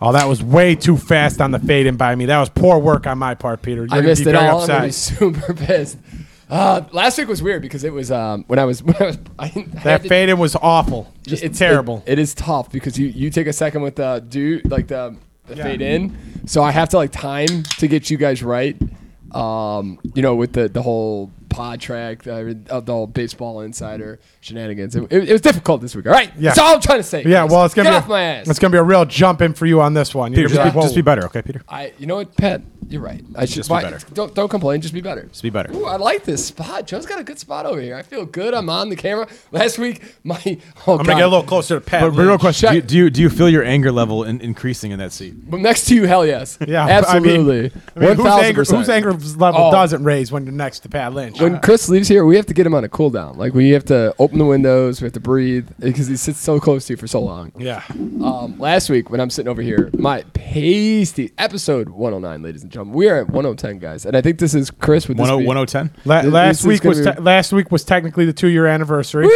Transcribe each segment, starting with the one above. Oh, that was way too fast on the fade in by me. That was poor work on my part, Peter. You're I gonna missed be it very all. I'm upset. gonna be super pissed. Uh, last week was weird because it was um, when I was when I was I, didn't- I had That to- fade in was awful. Just it's terrible. it- it is tough because you you take a second with the do like the, the Yeah. fade in, so I have to like time to get you guys right. Um, you know, with the the whole pod track, the, of the whole baseball insider shenanigans, it, it, was difficult this week. All right, Yeah. that's all I'm trying to say. yeah, guys. well, it's gonna get be off my ass. it's gonna be a real jump in for you on this one. You're Peter, gonna just be, just be whole- better, okay, Peter? I, you know what, Pat, you're right. I should Just be why- better. Don't don't complain. Just be better. Just be better. Ooh, I like this spot. Joe's got a good spot over here. I feel good. I'm on the camera. Last week, my I'm oh God. gonna get a little closer to Pat. But real Lynch. question: Shut- do you, do you do you feel your anger level in, increasing in that seat? But next to you, hell yes. Yeah, I mean- absolutely. I mean, whose 1000%. anger, whose anger level Oh. doesn't raise when you're next to Pat Lynch? When Chris leaves here, we have to get him on a cool down. Like we have to open the windows, we have to breathe because he sits so close to you for so long. yeah, Um, last week when I'm sitting over here, my pasty episode 109, ladies and gentlemen, we are at 1010 guys, and I think this is Chris with this. 10 oh, be- 1010? La- This- this last is week gonna was be- te- last week was technically the two year anniversary. Woo,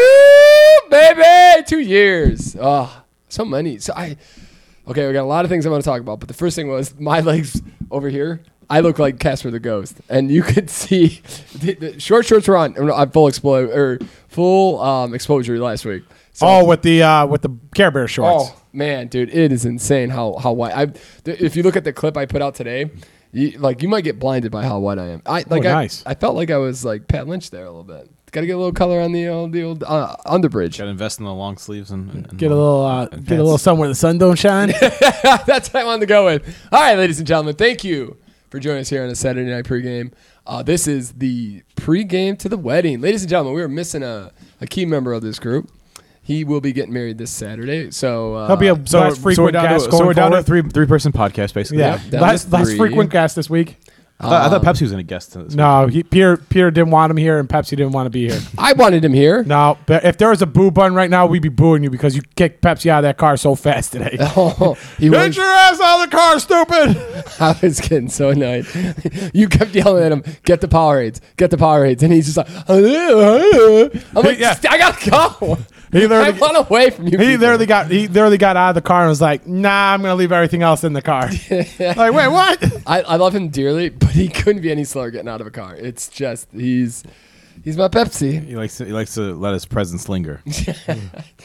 baby, two years. Oh, so many. So I, okay, we got a lot of things I want to talk about, but the first thing was my legs over here. I look like Casper the Ghost, and you could see the, the short shorts were on. I'm full explo or full um, exposure last week. So, Oh, with the uh, with the Care Bear shorts. Oh, man, dude, it is insane how how white. I th- if you look at the clip I put out today, you, like you might get blinded by how white I am. I like I, Oh, nice. I felt like I was like Pat Lynch there a little bit. Got to get a little color on the old the old uh, underbridge. Got to invest in the long sleeves and, and, and Get a long- little uh, and get a pants. little somewhere the sun don't shine. That's what I wanted to go with. All right, ladies and gentlemen, thank you for joining us here on a Saturday night pregame. Uh, this is the pregame to the wedding. Ladies and gentlemen, we are missing a, a key member of this group. He will be getting married this Saturday. So uh, That'll be a So, less we're- so we're frequent down, to, guest so going we're down to a forward. three three person podcast basically. Yeah, down last to last three. frequent guest this week. I thought- I thought Pepsi was going to guest to this. No, he, Pierre Pierre didn't want him here, and Pepsi didn't want to be here. I wanted him here. No, but if there was a boo button right now, we'd be booing you because you kicked Pepsi out of that car so fast today. Oh, he Get was, your ass out of the car, stupid! I was getting so annoyed. you kept yelling at him, "Get the Powerades, get the Powerades," and he's just like, "I'm like, Yeah. I gotta go. He I literally, want away from you." he people." literally got he literally got out of the car and was like, "Nah, I'm gonna leave everything else in the car." like, wait, what? I, I love him dearly, but he couldn't be any slower getting out of a car. It's just he's he's my Pepsi. He likes to, he likes to let his presence linger.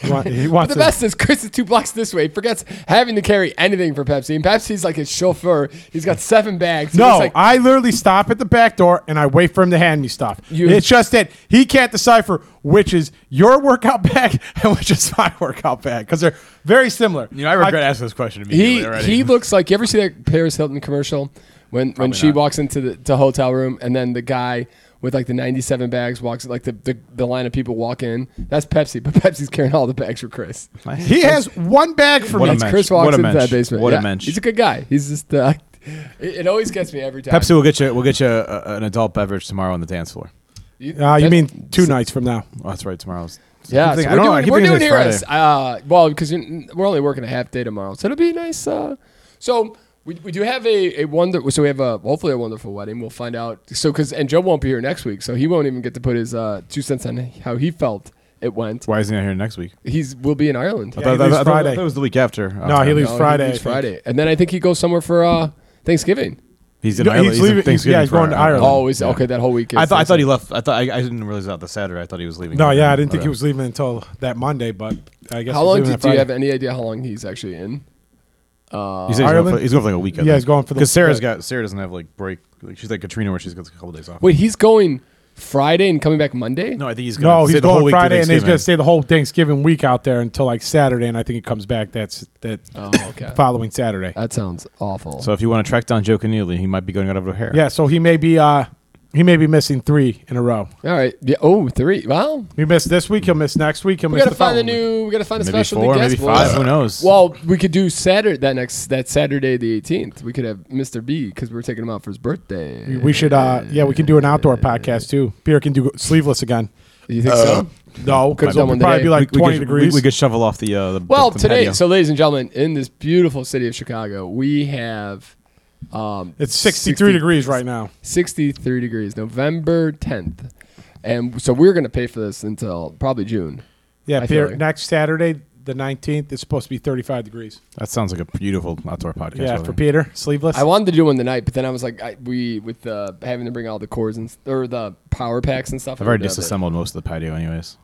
He wa- he But wants the to- best is Chris is two blocks this way, forgets having to carry anything for Pepsi, and Pepsi's like his chauffeur. He's got seven bags. He No, looks like, I literally stop at the back door and I wait for him to hand me stuff. You- it's just that he can't decipher which is your workout bag and which is my workout bag because they're very similar. You know, I regret asking this question immediately he already. he looks like you ever see that Paris Hilton commercial when when she not. walks into the to hotel room and then the guy with like the 97 bags walks like the, the the line of people walk in. That's Pepsi, but Pepsi's carrying all the bags for Chris. He has one bag for What a me. That's mensch. Chris walks What a into that mensch. basement. What a Yeah, mensch. He's a good guy. He's just uh, it, it always gets me every time. Pepsi will get you. We'll get you a, a- an adult beverage tomorrow on the dance floor. You, Ah, Uh, you that- mean two nights from now? Oh, that's right. Tomorrow's. Yeah, I'm thinking- so I don't know, I we're keep doing, we're thinking doing it's here. as- Uh, well, because we're only working a half day tomorrow, so it'll be a nice. Uh, so we, we do have a, a wonder. So we have a hopefully a wonderful wedding. We'll find out. So because and Joe won't be here next week, so he won't even get to put his uh, two cents on how he felt it went. Why is he not here next week? He's will be in Ireland. Yeah, he leaves Friday. That was the week after. Uh, No, he leaves No, Friday, leaves I think. Friday, and then I think he goes somewhere for uh, Thanksgiving. He's in No, Ireland. he's in leaving- he's- Thanksgiving yeah, he's for going to Ireland. Ireland. Oh, is Yeah. okay. That whole week. Is I thought I thought he Thanksgiving. left. I thought I, I didn't realize about the Saturday. I thought he was leaving. No, yeah, I didn't think he Okay. was leaving until that Monday, but I guess How he's long leaving on do, do you Friday. have any idea how long he's actually in? Uh, He said he's, going Ireland? for, he's going for like a weekend. Yeah, he's going for the- because Sarah's yeah. got Sarah doesn't have like break. Like, she's like Katrina where she's got a couple days off. wait, he's going Friday and coming back Monday. no, I think he's gonna No, stay he's the whole going week through Friday, and he's Thanksgiving. going to stay the whole Thanksgiving week out there until like Saturday, and I think he comes back that's that Oh, okay. following Saturday. That sounds awful. So if you want to track down Joe Keneally, he might be going out of O'Hare. Yeah, so he may be uh he may be missing three in a row. All right. Yeah. Oh, three. Well, He missed this week. He'll miss next week. He'll we miss gotta the find a following week. new. We gotta find a maybe special four, guest. maybe five. Who knows? Well, we could do Saturday that next that Saturday the eighteenth. We could have Mr. B because we're taking him out for his birthday. We- We should, uh, yeah, we can do an outdoor podcast too. Peter can do sleeveless again. You think uh, so? No, Could've it done would one probably today. be like we, twenty we could, degrees. We, we could shovel off the. Uh, the Well, the today, patio. so ladies and gentlemen, in this beautiful city of Chicago, we have um, it's sixty-three 60 degrees right now. 63 degrees, November 10th. And so we're going to pay for this until probably June. Yeah, I feel Peter. like- Next Saturday, the 19th. It's supposed to be 35 degrees. That sounds like a beautiful outdoor podcast. yeah, weather. for Peter, sleeveless. I wanted to do one tonight, but then I was like, I, we with uh, having to bring all the cords and s- or the power packs and stuff. I've already ended up- disassembled most of the patio, anyways.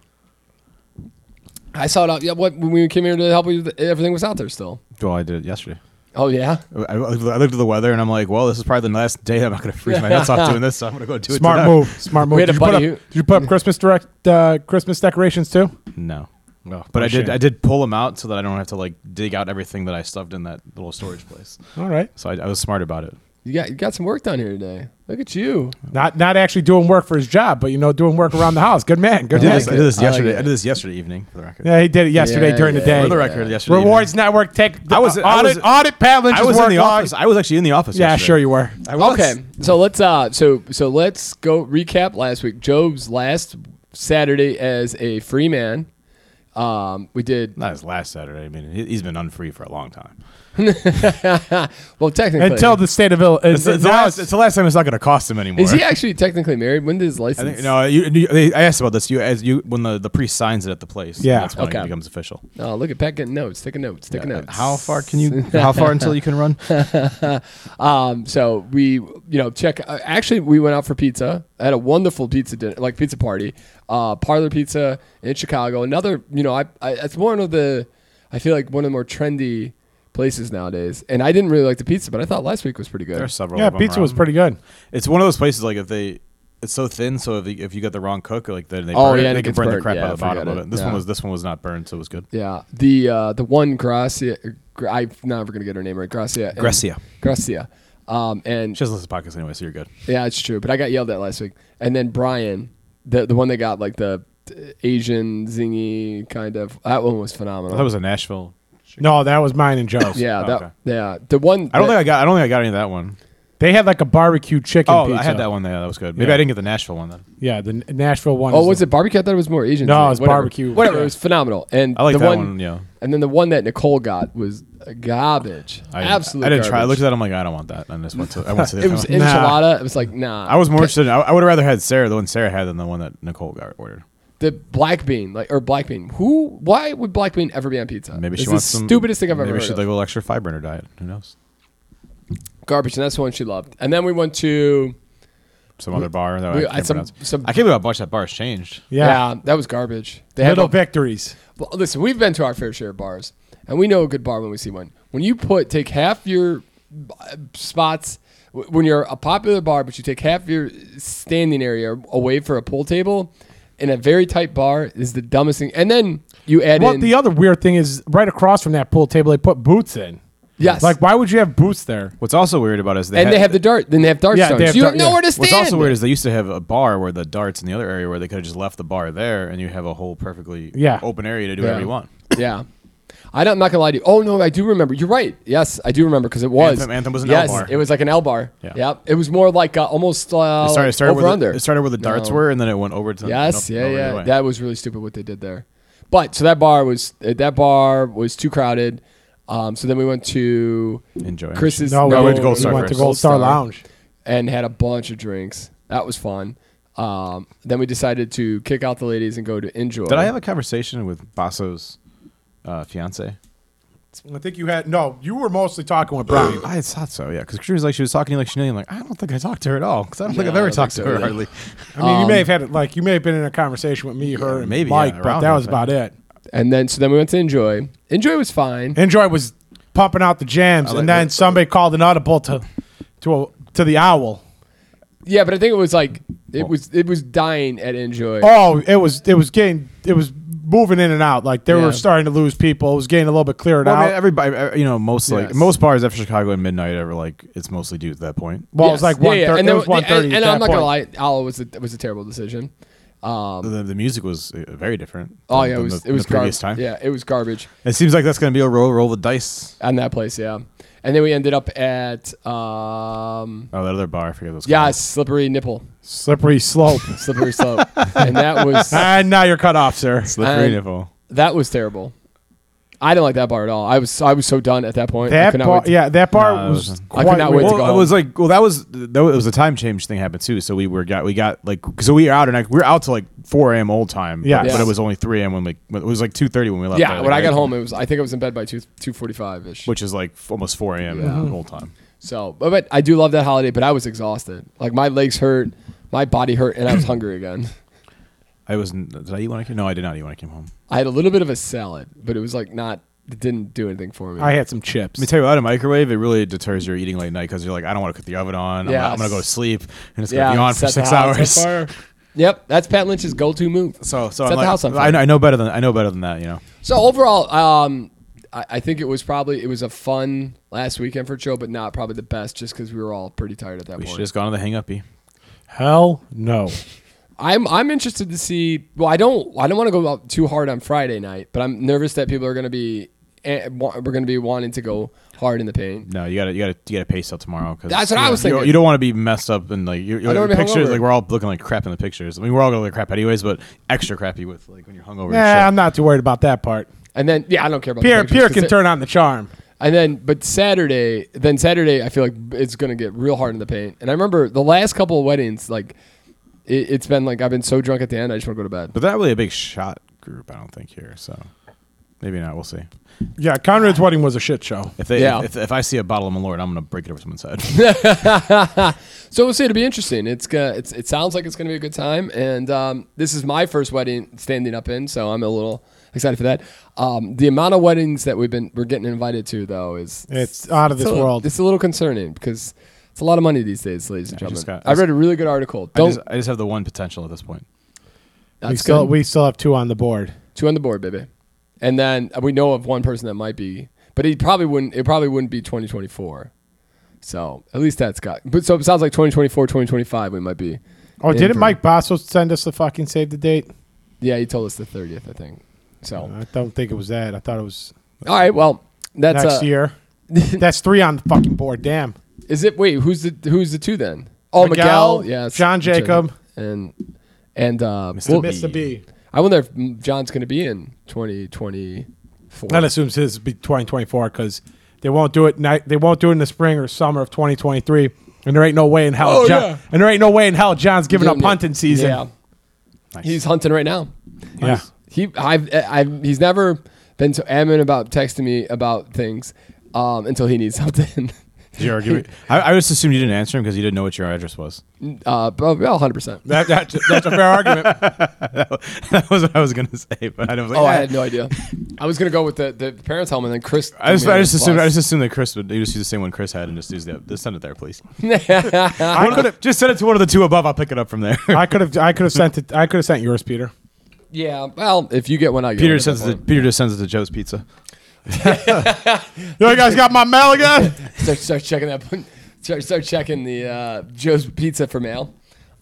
I saw it out. Yeah, what when we came here to help you, everything was out there still. Well, I did it yesterday. Oh yeah, I, I looked at the weather and I'm like, well, this is probably the last day I'm not going to freeze my nuts off doing this. So I'm going to go do it. Smart tonight. move. Smart move. had Did a you, put up, buddy who- did you put up Christmas direct uh, Christmas decorations too? No. No, but I shame. did. I did pull them out so that I don't have to like dig out everything that I stuffed in that little storage place. All right. So I, I was smart about it. you got you got some work done here today. Look at you. Not not actually doing work for his job, but you know, doing work around the house. Good man. Good I did man. this, I did this I like yesterday. it. I did this yesterday evening for the record. Yeah, he did it yesterday Yeah, during the yeah. day. For the record, yesterday. Rewards evening. Network. Take I was- audit, I was- audit Pat Lynch's I was in work the log. office. I was actually in the office. Yeah, yesterday. sure you were. I was. Okay, so let's uh, so so let's go recap last week. Job's last Saturday as a free man. Um, we did Not his last Saturday. I mean, he- he's been unfree for a long time. well technically Until the state of Illinois. It's, it's the, last, it's the last time. It's not going to cost him anymore. Is he actually technically married? When did his I license? think, no, you, you, they- I asked about this. You, as you, when the, the priest signs it at the place, Yeah. that's when Okay. it becomes official. Oh, look at Pat getting notes, taking notes, taking Uh, notes. How far can you? How far until you can run? Um, so we, you know, check. Uh, actually, we went out for pizza. I had a wonderful pizza dinner, like pizza party, uh, parlor pizza in Chicago. Another, you know, I, I it's one of the, I feel like one of the more trendy places nowadays. And I didn't really like the pizza, but I thought last week was pretty good. There are several. yeah, of 'em pizza was around. pretty good. It's one of those places like if they, it's so thin. So if, they, if you got the wrong cook, like they, they, Oh, burn it, yeah, and they it can gets burn the burnt. crap Yeah, out of the bottom forget of it. it. This Yeah. one was this one was not burned, so it was good. Yeah, the uh, the one Gracia, Gra- I'm never gonna get her name right. Gracia, and- Gracia. Gracia. Um, and She doesn't listen to podcasts anyway, so you're good. Yeah, it's true. But I got yelled at last week. And then Brian, the the one that got like the uh, Asian zingy kind of that one was phenomenal. That was a Nashville. No, that was mine and Joe's. yeah, that okay. yeah. The one I don't that- think I got. I don't think I got any of that one. They had like a barbecue chicken Oh, pizza. I had that one. Yeah, that was good. Maybe Yeah. I didn't get the Nashville one then. Yeah, the N- Nashville one. Oh, is was the- it barbecue? I thought it was more Asian. No, zingy. it was Whatever. barbecue. Whatever, Yeah. it was phenomenal. And I like the that one, one. yeah, And then the one that Nicole got was garbage. I, Absolutely. I didn't try. I garbage. looked at that. I'm like, I don't want that. And I just went to. I went to the It other was one. Nah. enchilada. It was like nah. I was more interested. In, I, I would have rather had Sarah, the one Sarah had, than the one that Nicole got ordered. the black bean, like or black bean. Who? Why would black bean ever be on pizza? Maybe It's she the wants some. stupidest thing I've ever Maybe heard. she of. like a little extra fiber in her diet. Who knows? garbage, and that's the one she loved. And then we went to Some other bar that we- I I- can't some- pronounce. some- I can't believe how much that bar's changed. Yeah. Yeah, that was garbage. They had Little no- victories. Well, listen, we've been to our fair share of bars, and we know a good bar when we see one. When you put take half your uh, spots, w- when you're a popular bar, but you take half your standing area away for a pool table, in a very tight bar is the dumbest thing. And then you add Well, in the other weird thing is right across from that pool table, they put boots in. yes, Like, why would you have boots there? What's also weird about it is they and had, they have the dart, then they have dart Yeah, stones. they have you dart- have nowhere yeah. to stand. What's also weird is they used to have a bar where the darts in the other area where they could have just left the bar there and you have a whole perfectly Yeah. open area to do Yeah. whatever you want. yeah. I don't, I'm not gonna lie to you. Oh no, I do remember. You're right. Yes, I do remember because it was Anthem- Anthem was an L yes, bar. It was like an L bar. Yeah. Yep. It was more like uh, almost uh, It started, it started over where under. The, it started where the darts No. were and then it went over to Yes, nope, yeah, over the yeah. other way. That was really stupid what they did there. But so that bar was uh, that bar was too crowded. Um, so then we went to Enjoy. Chris's. No, No, we we went went to Gold Star went to first. Gold Star Lounge. and had a bunch of drinks. That was fun. Um, then we decided to kick out the ladies and go to enjoy. Did I have a conversation with Basso's uh, fiance? I think you had no. You were mostly talking with Brian. I thought so, yeah. Because she was like, she was talking to you like she knew you. I'm like, I don't think I talked to her at all. Because I don't think No, I've I ever don't talked to think her so either. hardly. I mean, you may Um, have had it like you may have been in a conversation with me, her, and maybe, Mike, yeah, but around that that was thing. about it. And then so then we went to enjoy. Enjoy was fine. Enjoy was pumping out the jams, and I like- then somebody called an audible to to a, to the owl. Yeah, but I think it was like it was it was dying at enjoy. Oh, it was it was getting it was moving in and out. Like they Yeah. were starting to lose people. It was getting a little bit cleared Well, I out. mean, everybody, uh, you know, most like Yes. most bars after Chicago at midnight are like it's mostly dudes at that point. well, it was Yes. like Yeah, one yeah. thirty. And It then- was one And, thirty. and I'm not gonna lie, Owl was a, was a terrible decision. Um, The, the music was uh, very different. oh than- yeah, it than was the, it was the previous garbage. time. Yeah, it was garbage. It seems like that's going to be a roll roll the dice. on that place, yeah. And then we ended up at um Oh, that other bar, I forget those. yeah, slippery nipple, Slippery slope. slippery slope, and that was and now you're cut off, sir. slippery And- nipple. that was terrible. I didn't like that bar at all. I was I was so done at that point. I That could not bar, wait to- yeah, that bar No, it was. wasn't. I could quite not wait weird. to go Well, it home. was like, well, that was that was a time change thing happened too. So we were got we got like so we were out and like, we were out till like four a.m. old time. Yeah. but, but Yeah. it was only three a.m. when we it was like two thirty when we left. Yeah, there, when like, I got right? home, it was I think I was in bed by two two forty five ish. which is like f- almost four a.m. old time. So, but, but I do love that holiday. But I was exhausted. Like my legs hurt, my body hurt, and I was hungry again. I was did I eat when I came? No, I did not eat when I came home. I had a little bit of a salad, but it was like not. It didn't do anything for me. I had some chips. Let me tell you, without a microwave, it really deters your eating late night because you're like, I don't want to cook the oven on. I'm, Yeah. I'm gonna go to sleep, and it's Yeah, gonna be on for set the six house on hours. fire. yep, that's Pat Lynch's go-to move. So, so Set I'm the like, house on I, fire. know, I know better than I know better than that. You know, So overall, um, I, I think it was probably it was a fun last weekend for Joe, but not probably the best, just because we were all pretty tired at that we point. should just gone to the E. hang up. Hell no. I'm I'm interested to see. Well, I don't I don't want to go out too hard on Friday night, but I'm nervous that people are going to be eh, wa- we're going to be wanting to go hard in the paint. No, you gotta you gotta you gotta pace out tomorrow. Cause That's what I you know, was you don't- thinking. You, don't want to be messed up and like your, I don't your wanna be pictures. hungover. Like we're all looking like crap in the pictures. I mean, we're all gonna look like crap anyways, but extra crappy with like when you're hungover. Nah, and I'm not too worried about that part. And then yeah, I don't care about the Pierre, pictures, Pierre 'cause can it- turn on the charm. And then, but Saturday, then Saturday, I feel like it's gonna get real hard in the paint. And I remember the last couple of weddings, like it, it's been like I've been so drunk at the end, I just want to go to bed. shit. But not really a big shot group, I don't think here. So maybe not. We'll see. Yeah, Ah. Conrad's wedding was a shit show. If they Yeah. if, if I see a bottle of Malort, I'm gonna break it over someone's head. So we'll see. It'll be interesting. It's gonna. It's, it sounds like it's gonna be a good time. And um, this is my first wedding standing up in, so I'm a little excited for that. Um, the amount of weddings that we've been we're getting invited to though is It's out of it's this a little- world. It's a little concerning because it's a lot of money these days, ladies and I just gentlemen. I, got- I just- read a really good article. I Don't. just, I just have the one potential at this point. that's We still good. we still have two on the board. Two on the board, baby. And then uh, we know of one person that might be, but he probably wouldn't. It probably wouldn't be 2024. So at least that's got. But so it sounds like 2024, 2025, we might be. Oh, in didn't for- Mike Basso send us the fucking save the date? Yeah, he told us the 30th, I think. So I don't think it was that. I thought it was all right, well that's Uh, next uh, year. That's three on the fucking board. Damn. Is it? Wait, who's the who's the two then? Oh, Miguel, yes, John Miguel. Jacob, and and uh, Mr. well, Mr. B. I wonder if mm, John's going to be in 2024. That assumes his be 2024 because they won't do it. Night, they won't do it in the spring or summer of 2023. And there ain't no way in hell. Oh, John, yeah. And there ain't no way in hell John's giving up Yeah, punting season. Yeah, Nice. he's hunting right now. Yeah. He, I've, I've, he's never been so adamant about texting me about things um, until he needs something. Did you argue? with- I, I just assumed you didn't answer him because you didn't know what your address was. uh, probably 100. percent That, that's that's a fair argument. that was what I was gonna say, but I was like, Oh, I "Ah." had no idea. I was gonna go with the, the parents' home and then Chris. I just, gave me I a just assumed, I response. just assumed that Chris would you just use the same one Chris had and just use the just send it there, please. I could have. Just send it to one of the two above. I'll pick it up from there. I could have. I could have sent it. I could have sent yours, Peter. yeah. Well, if you get one, I get Peter one at sends that it. To, point. Peter just sends it to Joe's Pizza. You guys got my mail again? Start, start checking that. Start, start checking the uh, Joe's Pizza for mail.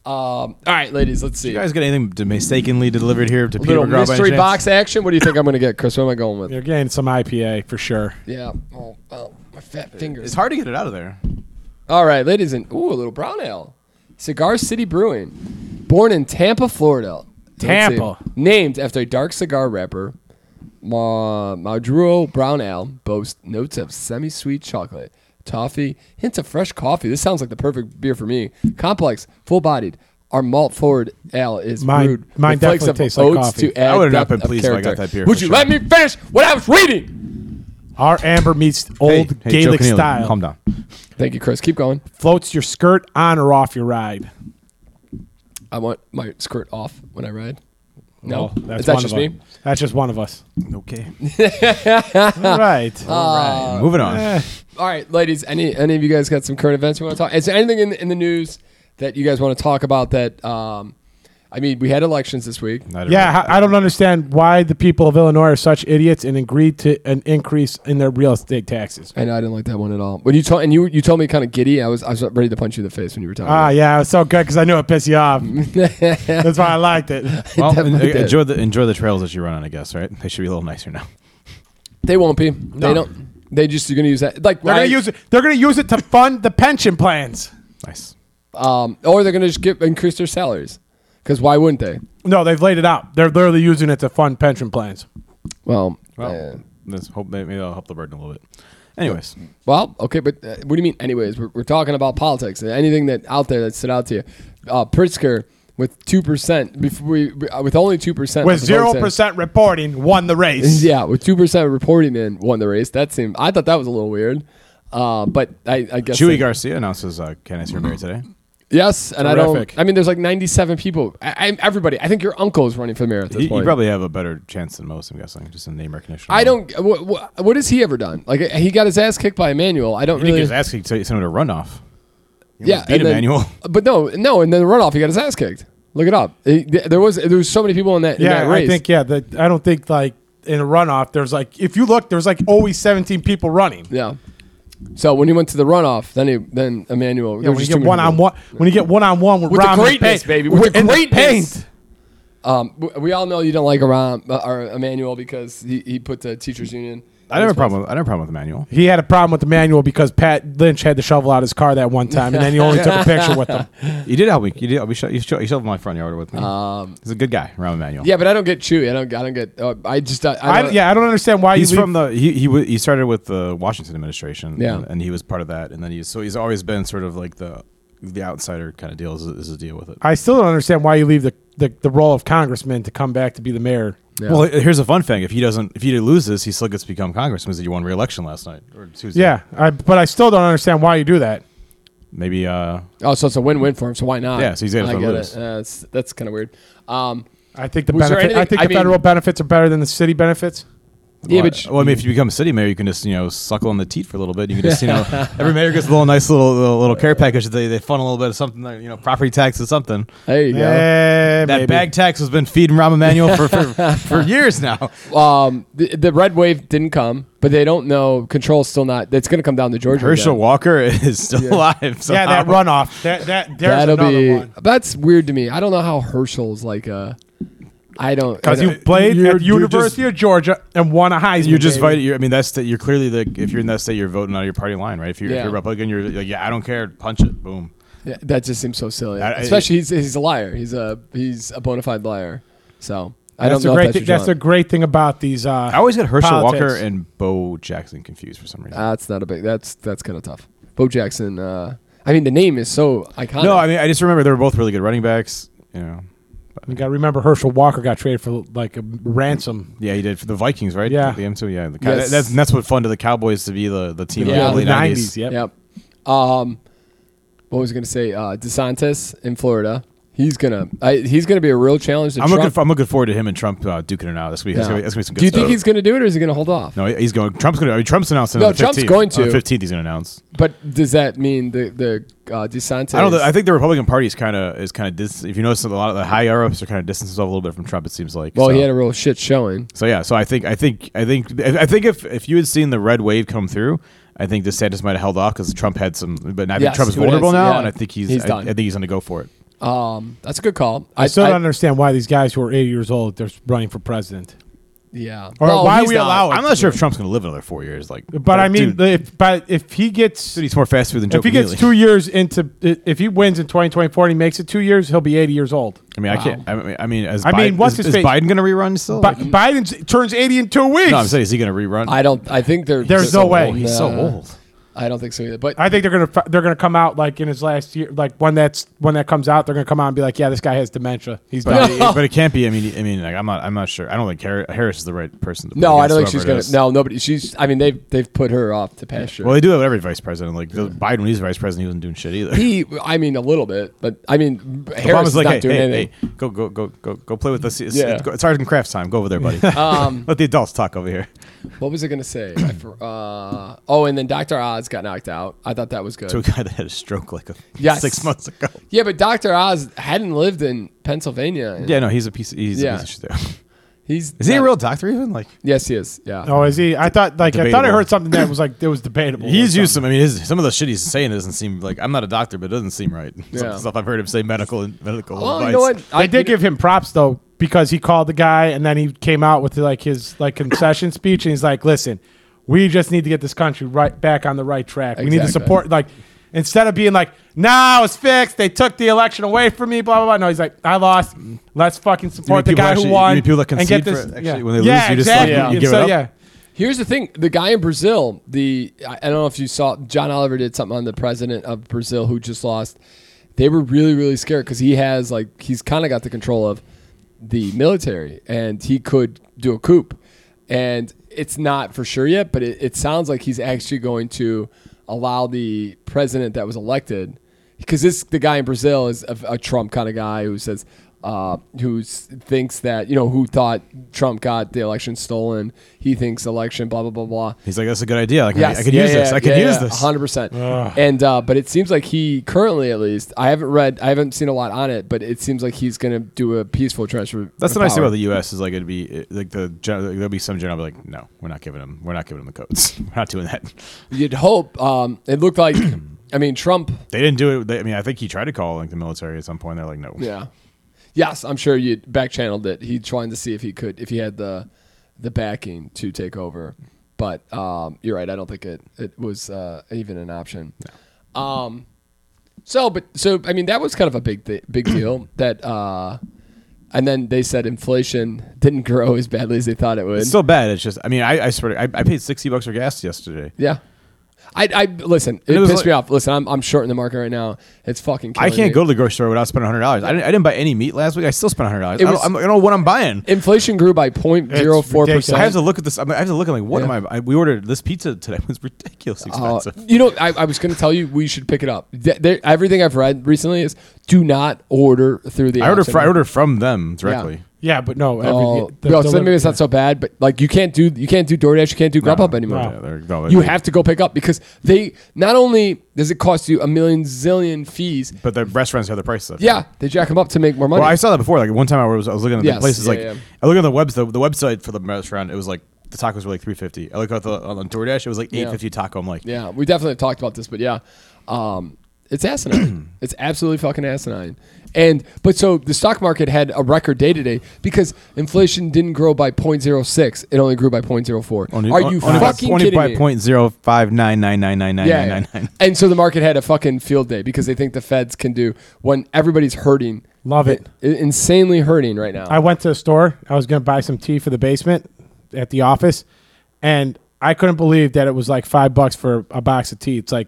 Um, all right, ladies, let's see. You guys get anything d- mistakenly delivered here to Peter little McGraw by mystery chance? box action. What do you think I'm gonna get, Chris? What am I going with? You're getting some IPA for sure. Yeah. Oh, oh my fat fingers. It's hard to get it out of there. All right, ladies and ooh, a little brown ale. Cigar City Brewing, born in Tampa, Florida. Let's see. Tampa. named after a dark cigar wrapper, Ma- Maduro Brown Ale boasts notes of semi-sweet chocolate, toffee, hints of fresh coffee. This sounds like the perfect beer for me. Complex, full-bodied. Our malt-forward ale is Mine- brewed mine with flakes definitely of tastes like oats coffee. to add I would've not depth been of pleased if I got character. that beer, Would for you sure. let me finish what I was reading? Our amber meets Hey, old hey, Joe Gaelic Keneally, style. Calm down. Thank you, Chris. Keep going. Floats your skirt on or off your ride. I want my skirt off when I ride. No, Well, that's is that one just of me? us. That's just one of us. Okay. All right. Uh, Moving on. Eh, All right, ladies. Any any of you guys got some current events you want to talk? Is there anything in, in the news that you guys want to talk about? That um, I mean, we had elections this week. Not yeah, ho- I don't understand why the people of Illinois are such idiots and agreed to an increase in their real estate taxes. I know I didn't like that one at all. When you told and you you told me kind of giddy, I was I was ready to punch you in the face when you were talking. Ah, yeah, it was so good because I knew it pissed you off. That's why Ah, I liked it. Well, en- definitely did. enjoy the enjoy the trails that you run on. I guess right. They should be a little nicer now. They won't be. They don't. They just are gonna use that like They're I- gonna use it. They're gonna use it to fund the pension plans. Nice. um, or they're gonna just get increase their salaries because why wouldn't they? No, they've laid it out. They're literally using it to fund pension plans. Well, Well, eh, Let's hope that maybe that'll help the burden a little bit. Anyways, Well, okay, but uh, what do you mean? Anyways, we're, we're talking about politics. Anything that out there that stood out to you? Uh, Pritzker with two percent before we uh, with only two percent With zero percent reporting, won the race. Yeah, with two percent reporting in won the race. That seemed I thought that was a little weird. Uh, but I, I guess Chewy that- Garcia announces uh, Candace Your Mary today. yes, and I Terrific. don't. I mean, there's like 97 people. I, I, everybody. I think your uncle is running for mayor at this You, point. you probably have a better chance than most, I'm guessing, just in name recognition. I don't. What, what, what has he ever done? Like he got his ass kicked by Emmanuel. I don't You really. just ask him to send him to runoff. You yeah, almost beat and then- Emmanuel. But no, no, and then the runoff, he got his ass kicked. Look it up. He- th- there was there was so many people in that, in Yeah, that race. I think yeah. The, I don't think like in a runoff, there's like if you look, there's like always 17 people running. yeah. So when he went to the runoff, then he then Emmanuel. Yeah, when you get one on one, when you get one on one with, With the Rahm in greatness, paint- baby, with the in greatness. paint. Um, w- we all know you don't like Aram uh, or Emmanuel because he, he put the teachers union. I never problem. With, I never problem with Emmanuel. He had a problem with the manual because Pat Lynch had to shovel out his car that one time, and then he only took a picture with him. You did help me. You did. help me sho- You sho- you shoved my front yard with me. He's a good guy, Rahm Emanuel. Um, Yeah, but I don't get Chewy. I don't. I don't get. Uh, I just. I, I I, don't, yeah, I don't understand why he's you leave- from the he he wa- he started with the Washington administration. Yeah. and, and he was part of that, and then he's so he's always been sort of like the the outsider kind of deal is, is his deal with it. I still don't understand why you leave the, the, the role of congressman to come back to be the mayor. Yeah. Well, here's a fun thing: if he doesn't, if he loses, he still gets to become congressman because he won re-election last night or Tuesday. Yeah, I, but I still don't understand why you do that. maybe. Uh, Oh, so it's a win-win for him. So why not? Yeah, so he's gonna I fucking get lose. it. Uh, that's that's kind of weird. Um, I think the Was there benefit, I anything- think I the mean- federal benefits are better than the city benefits. yeah, well, but well, I mean, if you become city mayor, you can just you know suckle on the teat for a little bit. You can just you know every mayor gets a little nice little little, little care package. They they fund a little bit of something, like, you know, property tax or something. there you go. Eh, That maybe. bag tax has been feeding Rahm Emanuel for, for, for years now. Um, the, the red wave didn't come, but they don't know. Control's still not. That's going to come down to Georgia. Herschel again. Walker is still alive. Somehow. yeah, that runoff. That that there's That'll another be. one. That's weird to me. I don't know how Herschel's like a. I don't. Because I you don't- played You're- at you're University of Georgia and won a Heisman. You're just baby. fighting. You're, I mean, that's the, you're clearly the if you're in that state, you're voting out of your party line, right? If you're, Yeah. if you're Republican, you're like, yeah, I don't care. Punch it, boom. Yeah, that just seems so silly. I- I- Especially he's he's a liar. He's a he's a bona fide liar. So I That's don't the know. great. if thing, that's, that's the your genre. great thing about these. Uh, I always get Herschel Politics. Uh, Walker and Bo Jackson confused for some reason. that's not a big. That's that's kind of tough. Bo Jackson. Uh, I mean, the name is so iconic. no, I mean, I just remember they were both really good running backs. You know, you got to remember Herschel Walker got traded for like a ransom. yeah, he did for the Vikings, right? Yeah. the M two, yeah. The Yes. yes. that's that's what fun to the Cowboys to be the the team Yeah, of the early the nineties. yep. Yep. Um, what was I going to say? Uh, DeSantis in Florida. He's gonna. I, he's gonna be a real challenge to I'm Trump. looking. For, I'm looking forward to him and Trump uh, duking it out this week. That's Yeah. gonna be- that's gonna be some good Do you stuff. think he's gonna do it, or is he gonna hold off? No, he's going. Trump's going. to. I mean, Trump's announcing. No, on the Trump's 15th. going to. On the fifteenth, he's going to announce. But does that mean the the uh, DeSantis? I don't. know. I think the Republican Party is kind of is kind of dis. If you notice, a lot of the higher ups are kind of distancing themselves a little bit from Trump. It seems like. Well, so. he had a real shit showing. So yeah, so I think I think I think I think if if you had seen the red wave come through, I think DeSantis might have held off because Trump had some, but I think Yes, Trump is he would vulnerable have- now, yeah. and I think he's, He's I, done. I think he's going to go for it. Um, that's a good call. I still don't understand why these guys who are 80 years old they're running for president. Yeah. Or why he's we allow it. I'm not sure if Trump's going to live another four years. Like, But I mean, dude, if, but if he gets dude, he's more fast food than Joe. if he gets Keneally. two years into if he wins in 2024 and he makes it two years, he'll be 80 years old. I mean, Wow. I can't. I mean, I mean, as I mean, Biden, what's is, his is face? Biden going to rerun still? But Biden turns 80 in two weeks. no, I'm saying is he going to rerun? I don't. I think they're. There's they're- no way. he's so Nah. old. I don't think so either. But I think they're gonna fi- they're gonna come out like in his last year, like when that's when that comes out, they're gonna come out and be like, yeah, this guy has dementia. He's But, done. it, but it can't be. I mean, I mean, like I'm not. I'm not sure. I don't think Har- Harris is the right person to. no, put I don't think against she's whoever it gonna. is. No, nobody. She's. I mean, they've they've put her off to pasture. Well, they do that with every vice president. Like Biden, when he's vice president, he wasn't doing shit either. he. I mean, a little bit, but I mean, Harris is Obama's like, not hey, doing hey, anything. hey, go, go, go, go, go play with us. It's, Yeah. it's, it's Sergeant Kraft's time. Go over there, buddy. Um, Let the adults talk over here. what was I gonna say? I for, uh, oh, and then Doctor Oz got knocked out. I thought that was good. To a guy that had a stroke like a, Yes. six months ago. yeah, but Doctor Oz hadn't lived in Pennsylvania. Yeah, no, he's a piece. He's Yeah. a piece of shit. he's Is he a not- real doctor? Even like Yes, he is. Yeah. oh, is he? I thought like I thought I Debatable. heard something that was like it was debatable. he's or used something. some. I mean, his, some of the shit he's saying doesn't seem like I'm not a doctor, but it doesn't seem right. Yeah. Some stuff I've heard him say medical and medical Well, advice. you know what? I did give him props though because he called the guy and then he came out with like his like concession speech and he's like, listen, we just need to get this country right back on the right track. We need to Exactly. support like. Instead of being like, "Nah, it's fixed. They took the election away from me." Blah blah blah. No, he's like, "I lost. Let's fucking You mean support the people guy actually- who you won." mean people that and get concede this, for- actually yeah. when they yeah, lose, you just, like, exactly. you And give it so, up? Yeah, Here's the thing: the guy in Brazil, the I I don't know if you saw John Oliver did something on the president of Brazil who just lost. They were really really scared because he has like he's kind of got the control of the military and he could do a coup, and it's not for sure yet, but it, it sounds like he's actually going to allow the president that was elected because this the guy in Brazil is a, a Trump kind of guy who says uh, who s- thinks that you know who thought Trump got the election stolen. He thinks election blah blah blah blah. He's like, that's a good idea. Like, Yes, I, I could yeah, use yeah, this. I could yeah, use yeah, this. 100%. And uh, but it seems like he currently at least I haven't read I haven't seen a lot on it, but it seems like he's going to do a peaceful transfer. That's of the nice thing power. about the U.S. is like it'd be it- like the gen- like, there'll be some general be like, no, we're not giving him, we're not giving him the codes. We're not doing that. You'd hope um, it looked like I mean Trump They didn't do it. They, I mean, I think he tried to call like the military at some point. They're like, no. Yeah. Yes, I'm sure you back channeled it. He trying to see if he could if he had the the backing to take over. But um, you're right, I don't think it it was uh, even an option. Um so but so I mean that was kind of a big th- big deal that uh and then they said inflation didn't grow as badly as they thought it would. It's still bad. It's just, I mean, I, I swear, to, I, I paid sixty bucks for gas yesterday. yeah. I, I listen. It, it was pissed like- me off. Listen, I'm I'm short in the market right now. It's fucking. I Killing can't me. go to the grocery store without spending hundred dollars. I didn't, I didn't buy any meat last week. I still spent hundred dollars. I, It was- don't- I'm- I don't know what I'm buying. Inflation grew by 0.04 ridiculous. percent. I have to look at this. I, mean, I have to look at like what Yeah. am I? I- We ordered this pizza today. It was ridiculously Uh, expensive. you know, I, I was going to tell you we should pick it up. Th- there- everything I've read recently is do not order through the. I ordered. app. fr- I ordered from them directly. Yeah, but no. Every, Oh, the well, so delivery- maybe it's not so bad, but like you can't do you can't do DoorDash, you can't do No, GrubHub anymore. no, they're- no, You they- have to go pick up because they not only does it cost you a million zillion fees, But the restaurants have the price stuff. yeah, they jack them up to make more money. Well, I saw that before. Like one time, I was, I was looking at Yes, the places. yeah, like yeah. I looked at the webs the, the website for the restaurant. It was like the tacos were like three fifty. I looked at the on DoorDash. It was like Yeah. eight fifty taco. I'm like, Yeah, we definitely talked about this, but yeah, um, it's asinine. it's absolutely fucking asinine. And but so the stock market had a record day today because inflation didn't grow by 0.06; it only grew by 0.04. only- Are you only by- fucking only kidding by me? point zero five nine nine nine nine nine yeah, nine yeah. nine nine. and so the market had a fucking field day because they think the Feds can do when everybody's hurting. Love it. I- insanely hurting right now. I went to the store. I was going to buy some tea for the basement at the office, and I couldn't believe that it was like five bucks for a box of tea. It's like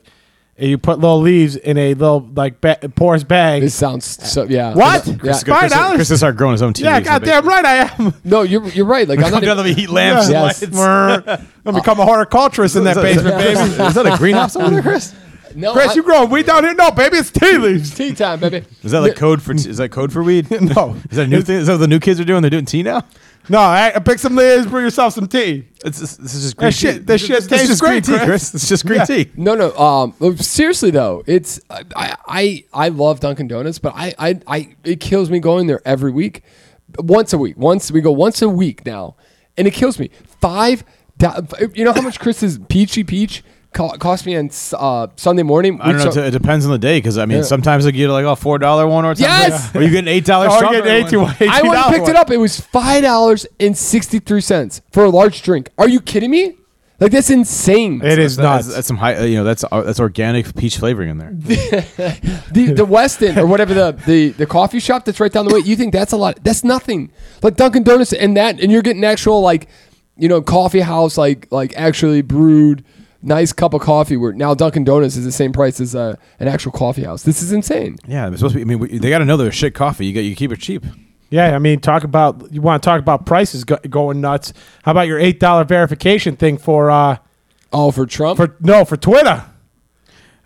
you put little leaves in a little like ba- porous bag. this sounds so yeah. What? Yeah. Chris Good. Five dollars? Chris is our grown his own TV. yeah, goddamn right I am. No, you're you're right. Like I'm Come not. down even- the heat lamps. Yeah. and Yes. lights. I'm become a horticulturist in that basement, Is baby. that a greenhouse over there, Chris? no, Oh, I- Chris, you growing weed down here? No, baby, it's tea leaves. tea time, baby. Is that like code for? Is that code for weed? No. Is that a new thing? Is that what the new kids are doing? They're doing tea now. No, I, I pick some leaves. Bring yourself some tea. It's just, this is just That green shit- tea. that shit This is tastes just green great, tea, Chris. Chris. It's just green Yeah. tea. No, no. Um, well, seriously though, it's I, I, I love Dunkin' Donuts, but I, I, I, it kills me going there every week, once a week. Once we go once a week now, and it kills me. Five, do- you know how much Chris's peachy peach co- cost me on S- uh, Sunday morning? uh, I don't know. So- it depends on the day because I mean, Yeah. sometimes they get like a four dollar one or something. Yes! Or you get an eight dollar. Oh, you get eight to eight. I went and $18 picked it up. It was five dollars and sixty three cents for a large drink. Are you kidding me? Like that's insane. It is That's, nuts. that's some high. uh, You know, that's uh, that's organic peach flavoring in there. the the Westin or whatever the, the the coffee shop that's right down the way. You think that's a lot? That's nothing. Like Dunkin' Donuts and that, and you're getting actual like, you know, coffee house like like actually brewed nice cup of coffee. Where now Dunkin' Donuts is the same price as uh, an actual coffee house. This is insane. yeah, it's supposed to be. I mean, we, they got to know their shit coffee. You got you keep it cheap. Yeah, I mean, talk about you want to talk about prices go- going nuts. How about your eight dollar verification thing for uh Oh, for Trump. for no for Twitter?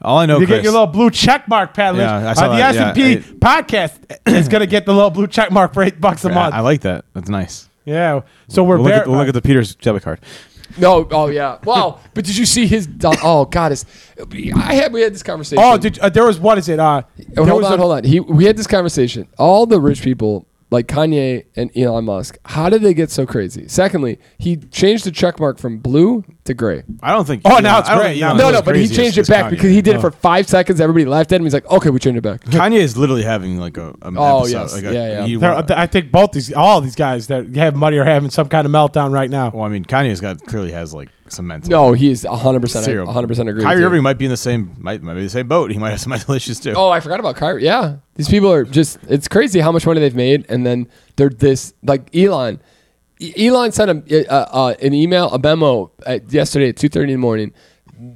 All I know, you Oh, Chris. get your little blue check mark, Pat Lynch. Yeah, I saw uh, the that, yeah, S and P podcast is gonna get the little blue check mark for eight bucks a Yeah, month. I like that. That's nice. yeah, so we're We'll look, ver- at, we'll look at the Peter's debit card. no. Oh yeah. Wow. but did you see his? Dun- oh God. It's, I had we had this conversation. Oh, did, uh, there was what is it? Uh, there Oh, hold was on, a- hold on. He, we had this conversation. All the rich people, like Kanye and Elon Musk, how did they get so crazy? Secondly, he changed the check mark from blue to gray. I don't think. Oh, you now know, it's I don't great. think Now Elon it's No, Musk no, is but he crazy. changed it It's back Kanye. because he did it for five seconds. Everybody laughed at him. He's like, okay, we changed it back. Kanye is literally having like a. a Oh, episode, yes. like a- Yeah, yeah. you There- uh, want- I think both these all these guys that have money are having some kind of meltdown right now. well, I mean, Kanye's got clearly has like some mental. No, he is 100%, Zero. 100% agree. with Kyrie you. Irving might be in the same might, might be in the same boat. He might have some mental issues too. Oh, I forgot about Kyrie. Yeah, these people are just—it's crazy how much money they've made, and then they're this like Elon. E- Elon sent a, uh, uh, an email, a memo at yesterday at two thirty in the morning,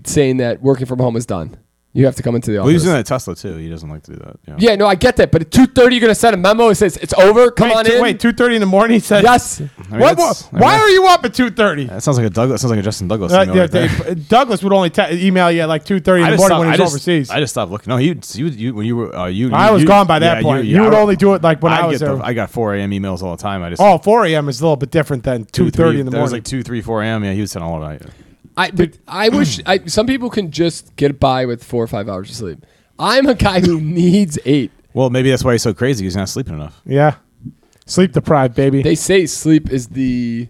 saying that working from home is done. You have to come into the Well, he's office. doing that at Tesla too. He doesn't like to do that. Yeah. yeah, no, I get that, but at two thirty, you're gonna send a memo that says it's over. Come wait, on two, in. wait, two thirty in the morning. He said, yes. mean, What- that's- what- I mean, why that's- are you up at two thirty? That sounds like a Douglas. Sounds like a Justin Douglas. Uh, email yeah, right there. they- Douglas would only te- email you at like two thirty in I the just morning stopped- when he I was just- overseas. I just stopped looking. No, you, you, you when you were, uh, you, I you- was you- gone by that yeah, point. You, yeah, would I- only do it like when I, I was get there. the, I got 4 a.m. emails all the time. I just oh, 4 a.m. is a little bit different than two thirty in the That was morning. like two, three, four a.m. Yeah, he was sitting all night. I but I wish I, some people can just get by with four or five hours of sleep. I'm a guy who needs eight. Well, maybe that's why he's so crazy. He's not sleeping enough. yeah, sleep deprived, baby. They say sleep is the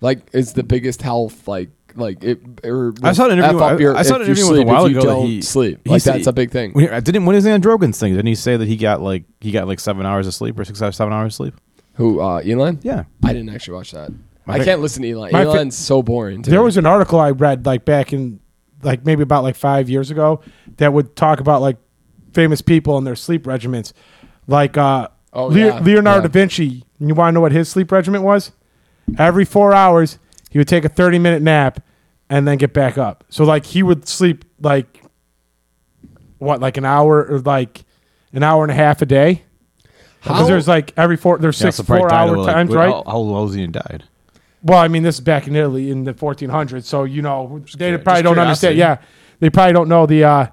like is the biggest health like like it. Or I saw an interview- F up I- your- I saw an if you interview with a sleep, while if you ago that don't he- sleep. he like said- that's a big thing. When, didn't when is Ann Drogan's thing? Didn't he say that he got like he got like seven hours of sleep or six or seven hours of sleep? Who uh, Elon? Yeah. I didn't actually watch that. My I fa- can't listen to Elon. my fa- Elon's so boring. to There me. was an article I read like back in like maybe about like five years ago that would talk about like famous people and their sleep regimens. Like uh Oh, Le- yeah. Leonardo Yeah. da Vinci, you wanna know what his sleep regimen was? Every four hours he would take a thirty minute nap and then get back up. So like he would sleep like what, like an hour or like an hour and a half a day? How- Because there's like every four there's Yeah, six so probably four died hour at, like, times, what- right? How, how old was he and died? Well, I mean, this is back in Italy in the 1400s, so you know they curi- probably just don't understand. curiosity. Yeah, they probably don't know the uh,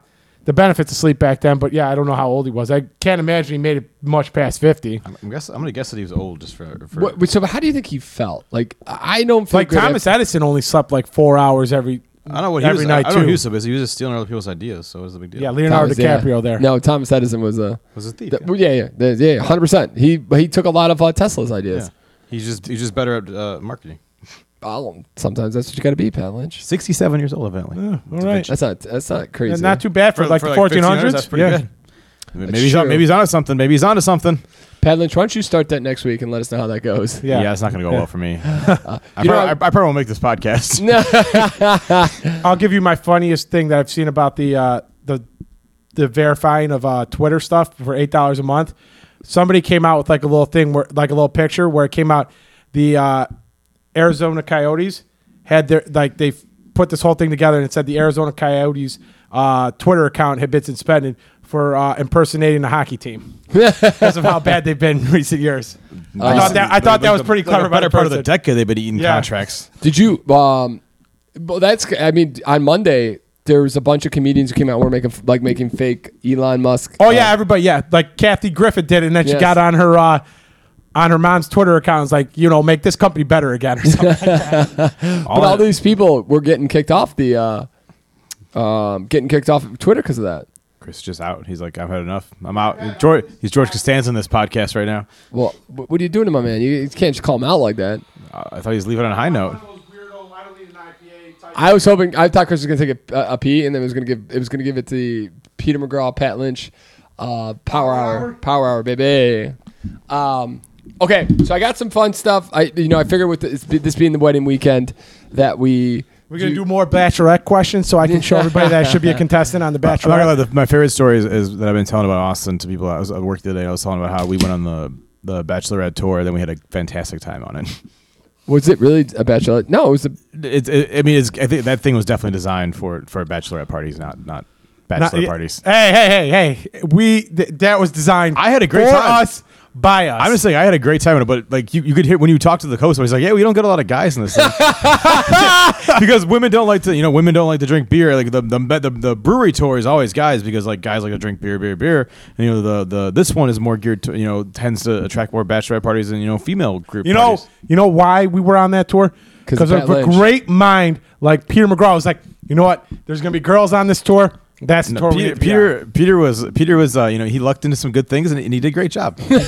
the benefits of sleep back then. But yeah, I don't know how old he was. I can't imagine he made it much past 50. I'm, I'm guess I'm gonna guess that he was old just for. for What- wait, so how do you think he felt? Like I I don't feel Like good Thomas after- Edison only slept like four hours every. I don't know what he every was. night I, I don't know too. who he was so busy. He was just stealing other people's ideas. So it was the big deal. Yeah, Leonardo Thomas, yeah. DiCaprio there. No, Thomas Edison was a. was a thief. th- yeah. well, yeah, yeah, th- yeah, hundred percent. He he took a lot of uh, Tesla's ideas. Yeah. He's just he's just better at uh, marketing. I'll- sometimes that's what you got to be, Pat Lynch. Sixty-seven years old, evidently. Yeah, all right, That's not that's not crazy. And not too bad for, like the 1400s. that's pretty yeah. good. Maybe he's, true. on, maybe he's onto something. Maybe he's onto something. Pat Lynch, why don't you start that next week and let us know how that goes? Yeah. Yeah, it's not going to go well for me. I, you probably, know, I, I probably won't make this podcast. No. I'll give you my funniest thing that I've seen about the uh, the the verifying of uh, Twitter stuff for eight dollars a month. Somebody came out with like a little thing where like a little picture where it came out the uh, Arizona Coyotes had their like they put this whole thing together and it said the Arizona Coyotes uh, Twitter account had been suspended for uh, impersonating a hockey team because of how bad they've been in recent years. I thought that I thought that was pretty Like clever. a by better the part of the person. decade they've been eating Yeah. contracts. Did you? Um, well, that's. I mean, on Monday there was a bunch of comedians who came out. and were making f- like making fake Elon Musk. Oh yeah, everybody. Yeah, like Kathy Griffith did, it, and then she Yes. got on her uh, on her mom's Twitter account. It's like you know, make this company better again or something. uh, but all these people were getting kicked off the, uh, um, getting kicked off of Twitter because of that. Chris just out. He's like, I've had enough. I'm out. George, he's George Costanza in this podcast right now. Well, wh- what are you doing to my man? You, you can't just call him out like that. Uh, I thought he was leaving on a high note. I was hoping. I thought Chris was gonna take a, a, a pee, and then it was gonna give. It was gonna give it to Peter McGraw, Pat Lynch, uh, Power Hour, Power Hour, baby. Um, okay, so I got some fun stuff. I, you know, I figured with this, this being the wedding weekend that we We're gonna do more bachelorette questions so I can show everybody that I should be a contestant on the I'm not gonna bachelorette. lie, the, my favorite story is, is that I've been telling about Austin to people. I was at work the other day. I was telling about how we went on the the Bachelorette tour. Then we had a fantastic time on it. Was it really a bachelorette? No, it was a. It's, it, I mean, it's, I think that thing was definitely designed for for bachelorette parties, not Not- not bachelor yeah. parties. Hey, hey, hey, hey! We th- that was designed. I had a great for time. us by us. I'm just saying, I had a great time in it, but like you, you could hear when you talk to the host, I was like, yeah, we don't get a lot of guys in this thing. because women don't like to, you know, women don't like to drink beer. Like the the, the the brewery tour is always guys because like guys like to drink beer, beer, beer. And you know, the the this one is more geared to, you know, tends to attract more bachelorette parties and you know, female group. you know, parties. you know why we were on that tour? 'Cause Because of of Pat a Lynch. great mind like Peter McGraw was like, you know what? There's gonna be girls on this tour. That's the No, tour. we need Peter, to be on." Peter, Peter was Peter was uh, you know he lucked into some good things and, and he did a great job. Peter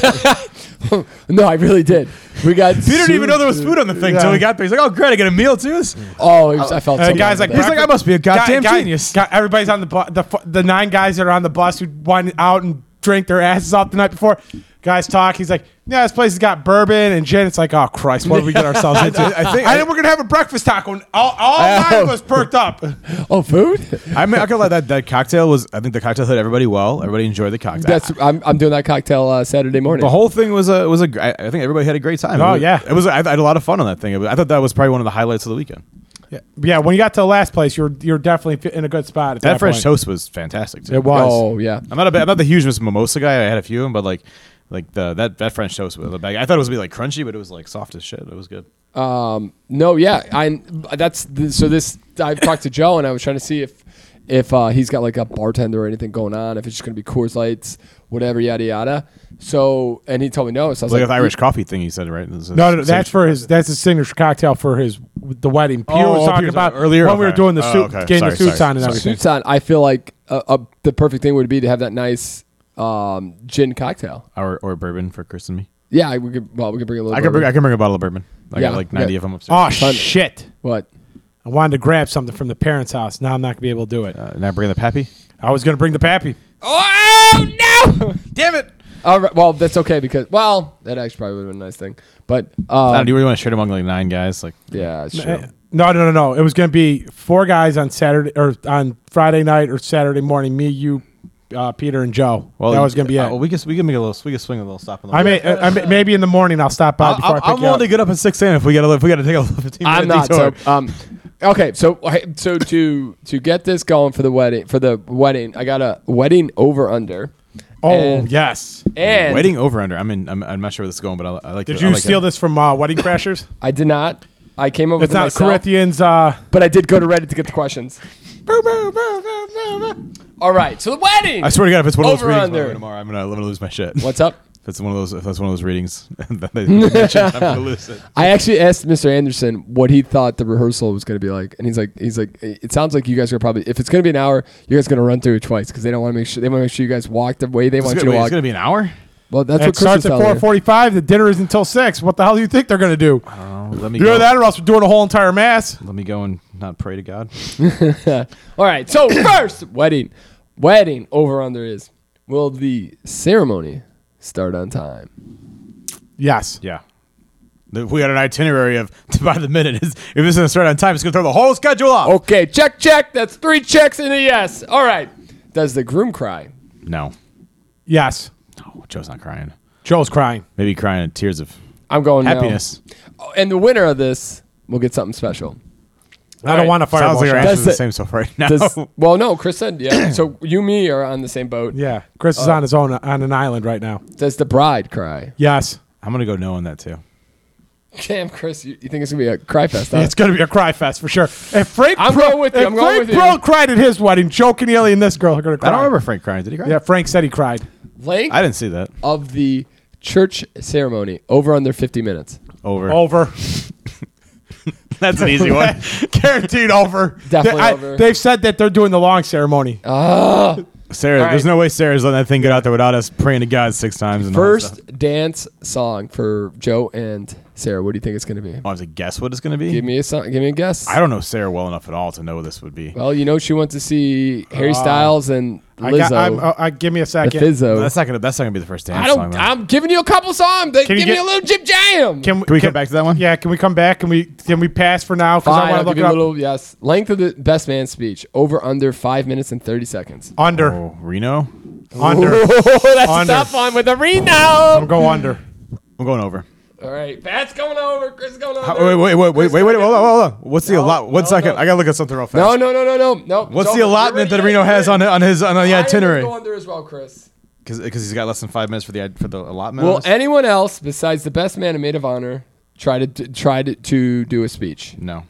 No, I really did. We got. didn't even know there was food on the thing until he got there. He's like, oh great, I get a meal too. Oh, it was, I felt. Uh, so guys bad like for that. He's like, I must be a goddamn genius. guy- everybody's on the bu- the fu- the nine guys that are on the bus who went out and drank their asses off the night before. Guys talk. He's like, yeah, this place has got bourbon and gin. It's like, oh Christ, what did we get ourselves into? I think- I think we're gonna have a breakfast taco. And all all nine of us perked up. Oh, food? I mean, I could lie. That that cocktail was. I think the cocktail hit everybody well. Everybody enjoyed the cocktail. That's I'm, I'm doing that cocktail uh, Saturday morning. the whole thing was a was a. gr- I I think everybody had a great time. Oh, It was- yeah. it was. I, I had a lot of fun on that thing. It was- I thought that was probably one of the highlights of the weekend. Yeah, yeah. When you got to the last place, you're you're definitely in a good spot. At that, That, French point. toast was fantastic. Too. It was. oh yeah. I'm not a. ba- I'm not the huge Miss Mimosa guy. I had a few of them, but like, like the that that French toast was a bag. I thought it was gonna be like crunchy, but it was like soft as shit. It was good. Um, no, yeah, I that's the, so this I talked to Joe and I was trying to see if if uh, he's got like a bartender or anything going on, if it's just gonna be Coors Lights, whatever, yada yada. So and he told me no, so I was It's like, like, an Irish coffee thing you said, right? No, no, that's for his. That's his signature cocktail for his the wedding. Peter Oh, was oh, talking Peter's- about earlier, when we were okay. doing the Oh, suit, okay. getting Sorry, the suits sorry, on and sorry. everything. suits on. I feel like uh, uh, the perfect thing would be to have that nice um, gin cocktail. or or bourbon for Chris and me. Yeah, I- we could. Well, we could bring a little. I can bring bourbon. I can bring a bottle of bourbon. I Yeah, got like yeah. 90 of them upstairs. Oh shit! what? I wanted to grab something from the parents' house. Now I'm not gonna be able to do it. Uh, now bring the pappy. I was gonna bring the pappy. Oh no! Damn it! All right. Well, that's okay because well, that actually probably would have been a nice thing, but um, do you really want to share it among like nine guys? Like yeah, it's true. Eh, No, no, no, no. It was gonna be four guys on Saturday or on Friday night or Saturday morning. Me, you, uh, Peter, and Joe. that was gonna be it. Uh, well, we can we can make a little we can swing a little stop. In the I may, uh, I may, maybe in the morning I'll stop by before I, pick I'm you up. willing to get up at six a.m. if we gotta if we gotta take a fifteen minute I'm not. detour. So, um, okay, so so to to get this going for the wedding for the wedding, I got a wedding over under. oh and- yes. And Waiting over under. I'm in. I'm, I'm not sure where this is going, but I, I like. Did the- I you like steal it. this from uh, Wedding Crashers? I did not. I came up with It's it not myself, Corinthians. Uh, but I did go to Reddit to get the questions. All right, so the wedding. I swear to God, if it's one of those Over readings under. by the way, tomorrow, I'm gonna, I'm gonna lose my shit. What's up? If it's one of those, if that's one of those readings that they mentioned, I'm gonna lose it. I actually asked Mr. Anderson what he thought the rehearsal was going to be like, and he's like, he's like, it sounds like you guys are probably if it's going to be an hour, you guys are going to run through it twice because they don't want to make sure they want to make sure you guys walk the way they It's want you gonna, to wait, walk. it's gonna be an hour. well, that's what it Chris was starts at telling me. 4:45. The dinner is until six. What the hell do you think they're gonna do? Oh, let me You know that, or else we're doing a whole entire mass. Let me go and not pray to God. All right. So first wedding, wedding over under is will the ceremony start on time? Yes. Yeah. The- We had an itinerary of by the minute. Is if this doesn't start on time, it's gonna throw the whole schedule off. Okay, check, check. That's three checks and a yes. All right. Does the groom cry? No, Yes. no, Oh, Joe's not crying. Joe's crying. Maybe crying in tears of I'm going no. happiness. Oh, and the winner of this will get something special. I don't right. want a fire. Sounds like our Does answer's the it- same so far right now. Does well? No, Chris said yeah. so you, and me are on the same boat. Yeah, Chris Uh, is on his own on an island right now. Does the bride cry? Yes, I'm gonna go no on that too. Damn, Chris, you, you think it's gonna be a cry fest? Huh? it's going to be a cry fest for sure. If Frank, I'm Pro, going with you, if I'm going Frank with you. Pearl cried at his wedding, Joe Keneally and this girl are going to cry. I don't remember Frank crying. Did he cry? Yeah, Frank said he cried. Length I didn't see that. of the church ceremony over under 50 minutes. Over. Oh. Over, that's an easy one. guaranteed over. Definitely They- I- over. Uh, They've said that they're doing the long ceremony. Sarah, right. there's no way Sarah's letting that thing get out there without us praying to God six times. And all that stuff. First dance song for Joe and Sarah. What do you think it's going to be? I have to guess what it's gonna be. Give me a song. Give me a guess. I don't know Sarah well enough at all to know what this would be. well, you know she went to see Uh, Harry Styles and I Lizzo. got, I'm, uh, I, give me a the second. Fizzo. oh, that's not gonna. That's not gonna be the first dance Oh. I song. don't. though. I'm giving you a couple songs. Give you me get- a little jib jam. Can we, Can we come back to that one? Yeah, can we come back? Can we can we pass for now? Because Fine. I I'll want give to you look a up little. Yes. Length of the best man speech. Over under five minutes and thirty seconds. under Oh, Reno. Oh. under. that's Under. tough on with the I'm Reno. go under. I'm going over. All right. Pat's going over. Chris is going over. Wait, wait, wait, wait, wait, wait. Hold on, hold on. What's the allot? One no, no. second. I gotta look at something real fast. No, no, no, no, no, no. What's the allotment that Reno has on on his on the Oh, itinerary? Go under as well, Chris. Because he's got less than five minutes for the for the allotment. Will anyone else besides the best man and maid of honor try to d- try to, to do a speech? no.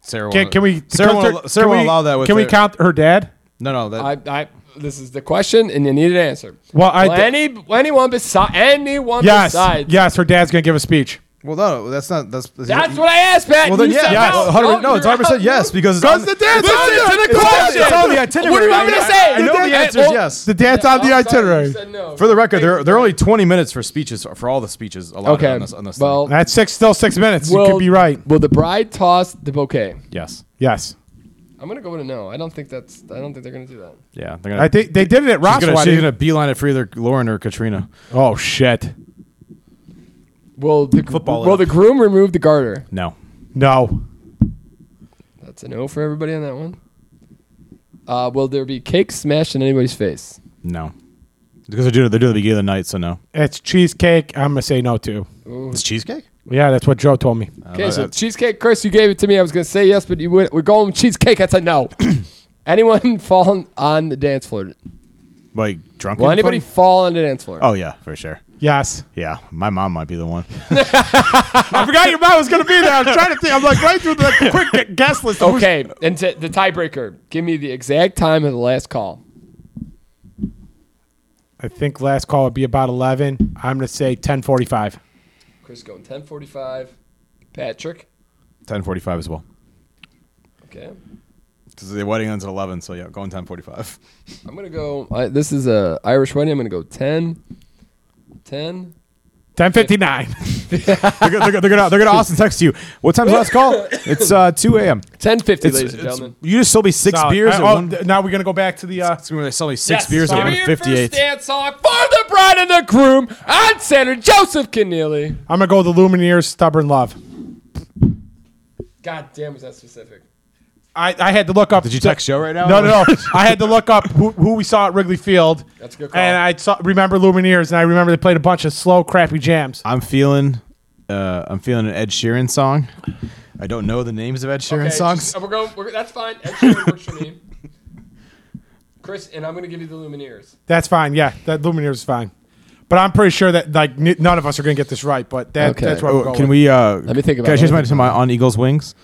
Sarah. Can, can we? Sarah, can won't, Sarah we- won't allow that. With Can we her- count her dad? No, no. That, I, I this is the question, and you need an answer. Well, I Will d- any anyone beside anyone Yes. besides? Yes, her dad's gonna give a speech. well, no, that's not. That's That's what I asked, Pat. Well, then You yeah, said yes. no. 100 No, no, it's you're 100 percent out. yes because Because the dad's Listen on to there. the It's on question. there. It's on What the do you itinerary. want me to I- say? I, I know the answer is yes. The dad's on the I'm sorry, you itinerary. said no. For the record, there there are only 20 minutes for speeches for all the speeches allotted Okay. on this on this. thing. Well, That's six. Still six minutes. you will- could be right. Will the bride toss the bouquet? yes. Yes. I'm gonna go with a no. I don't think that's. I don't think they're gonna do that. Yeah, they're gonna, I think they did it at she's Ross. gonna, she's gonna beeline it for either Lauren or Katrina. oh shit! Will the Football it Will up. the groom remove the garter? No, No, That's a no for everybody on that one. Uh, will there be cakes smashed in anybody's face? no, because they're doing it- they're doing it at the beginning of the night, so no. it's cheesecake. I'm gonna say no to. Ooh. It's cheesecake. Yeah, that's what Joe told me. Okay, so cheesecake, Chris, you gave it to me. I was gonna say yes, but you went, we're going with cheesecake. That's a no. Anyone falling on the dance floor? like drunk. Will and anybody funny? fall on the dance floor? Oh yeah, for sure. Yes. Yeah, my mom might be the one. I forgot your mom was gonna be there. I was trying to think. I'm like right through the quick guess list. Okay, and t- the tiebreaker. Give me the exact time of the last call. I think last call would be about 11. I'm gonna say 10:45. Chris going 10:45. Patrick. Ten forty-five as well. Okay, Because the wedding ends at eleven, so yeah, going ten forty-five. I'm gonna go. I this is a Irish wedding. I'm gonna go 10, 10. 10:59. they're, gonna- they're, gonna- they're gonna they're gonna Austin text you. What time's the last call? It's uh, two a.m. 1050, It's, ladies and it's- gentlemen. you just sold me six Solid. beers. I- at oh, one- th- now we're gonna go back to the. Uh, It's gonna be like selling six beers at sorry. one fifty-eight. dance song for the bride and the groom on Senator Joseph Keneally. I'm gonna go with the Lumineers' "Stubborn Love." God damn, was that specific? I, I had to look up. Did you text Joe right now? No, no, no. I had to look up who, who we saw at Wrigley Field. That's a good call. And I saw, remember Lumineers, and I remember they played a bunch of slow, crappy jams. I'm feeling, uh, I'm feeling an Ed Sheeran song. I don't know the names of Ed Sheeran songs. uh, we're going. We're, that's fine. Ed Sheeran works for me. Chris, and I'm gonna give you the Lumineers. That's fine. Yeah, that Lumineers is fine. But I'm pretty sure that like n- none of us are gonna get this right. But that, Okay. that's what we're Oh, going can with. we? Uh, Let me think about Can I it. change my to my on Eagles wings?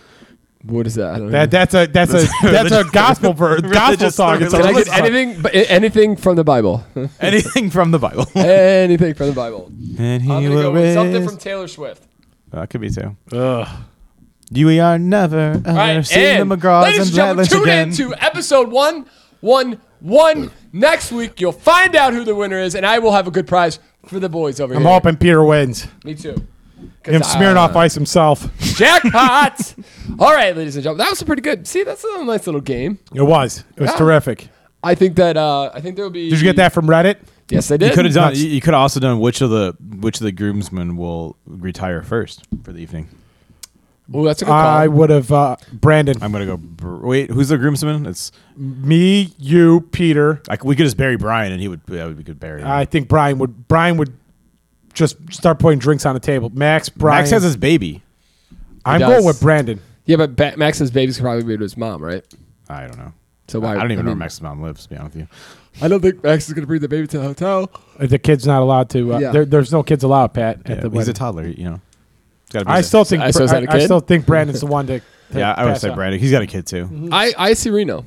What is that? I don't That, that's a that's a that's a Religious- gospel verse, gospel religious- song. It's a Can Can I religious get song. anything? but- Anything from the Bible? Anything from the Bible? anything from the Bible? and he I'm gonna will go with something raise- from Taylor Swift. Oh, that could be too. Ugh. You are never ever All right, seen and the McGraws ladies and and gentlemen, Bradleys tune again. in to episode one, one, one. Next week, you'll find out who the winner is, and I will have a good prize for the boys over I'm here. hoping Peter wins. Me too. uh, Him smearing off ice himself. jackpot. All right, ladies and gentlemen, that was a pretty good. See, that's a nice little game. It was. It was Yeah. terrific. I think that. uh I think there will be. Did you get that from Reddit? Yes, I did. You could have done. Nuts. You, you could have also done which of the which of the groomsmen will retire first for the evening. Oh, that's a good call. I would have uh, Brandon. I'm gonna go. Br- Wait, who's the groomsman? It's me, you, Peter. like we could just bury Brian, and he would. Yeah, we could bury. Him. I think Brian would Brian would just start putting drinks on the table. Max, Brian. Max has his baby. I'm He going does. with Brandon. yeah, but ba- Max's babies could probably be to his mom, right? I don't know. So why? I don't even know mean, where Max's mom lives. To be honest with you, I don't think Max is going to bring the baby to the hotel. Uh, The kid's not allowed to. Uh, Yeah. there, there's no kids allowed, Pat. At Yeah, the he's a wedding. toddler. You know, It's gotta be I his- still think. Uh, so is that a I- I kid? still think Brandon's the one to. to Yeah, I would pass say on. Brandon. He's got a kid too. I I see Reno.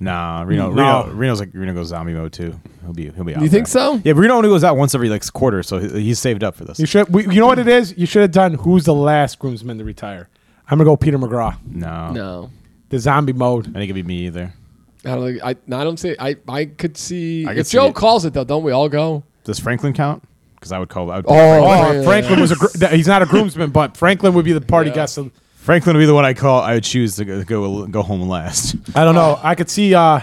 Nah, Reno. Mm-hmm. No. Reno. Reno's like Reno goes zombie mode too. He'll be. He'll be. Out You think there. so? Yeah, Reno only goes out once every like quarter, so he- he's saved up for this. You should. We, you know what it is. You should have done. Who's the last groomsman to retire? I'm gonna go Peter McGraw. No, No. The zombie mode. I think it'd be me either. I don't. think- I, I don't see. I, I could see. I could if see Joe it. calls it though, don't we all go? Does Franklin count? Because I would call. I would, Oh, Franklin was a. Gr- th- he's not a groomsman, but Franklin would be the party Yeah. guest. of- Franklin would be the one I call. I would choose to go go, go home last. I don't know. I could see. uh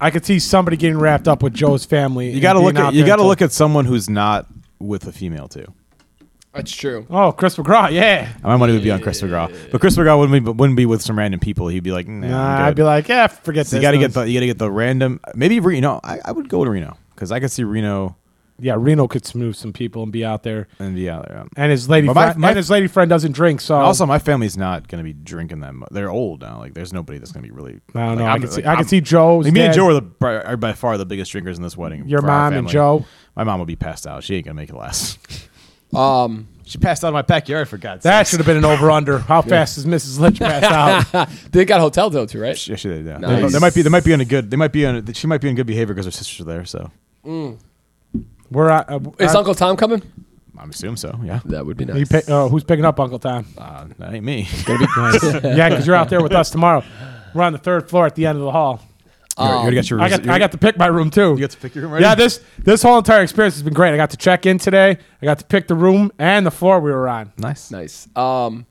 I could see somebody getting wrapped up with Joe's family. You gotta look at. You gotta look at someone who's not with a female too. That's true. Oh, Chris McGraw. Yeah. My money would be on Chris McGraw, but Chris McGraw wouldn't be wouldn't be with some random people. He'd be like, nah, I'm Nah, I'd good. be like, yeah, forget So this. you got to get No, the you got to get the random. Maybe Reno. I, I would go to Reno because I could see Reno yeah. Reno could move some people and be out there. and be out there. And And his lady, But my- friend, my- and his lady friend doesn't drink, so also, my family's not going to be drinking that. much. They're old now. Like, there's nobody that's going to be really. I don't like, know. I I'm- can see. like, I I'm- can see Joe's. Like, me and dad, Joe are, the, by- are by far the biggest drinkers in this wedding. Your for our mom and family. Joe. My mom will be passed out. She ain't gonna make it last. Um, she passed out in my backyard for God's That sake. should have been an over under. How fast is Mrs. Lynch passed out? they got hotel though too, right? Yeah, she did, yeah. Nice. They, they might be. They might be on a good. They might be on. A, she might be in good behavior because her sisters are there. So We're at. Uh, Is uh, Uncle Tom coming? I assume so. Yeah. That would be nice. you pick- uh, who's picking up Uncle Tom? Uh, that ain't me. yeah, because you're out there with us tomorrow. We're on the third floor at the end of the hall. you already got your. Um, I got, I got to pick my room too. You got to pick your room. Yeah, already? this this whole entire experience has been great. I got to check in today. I got to pick the room and the floor we were on. Nice. nice. Um,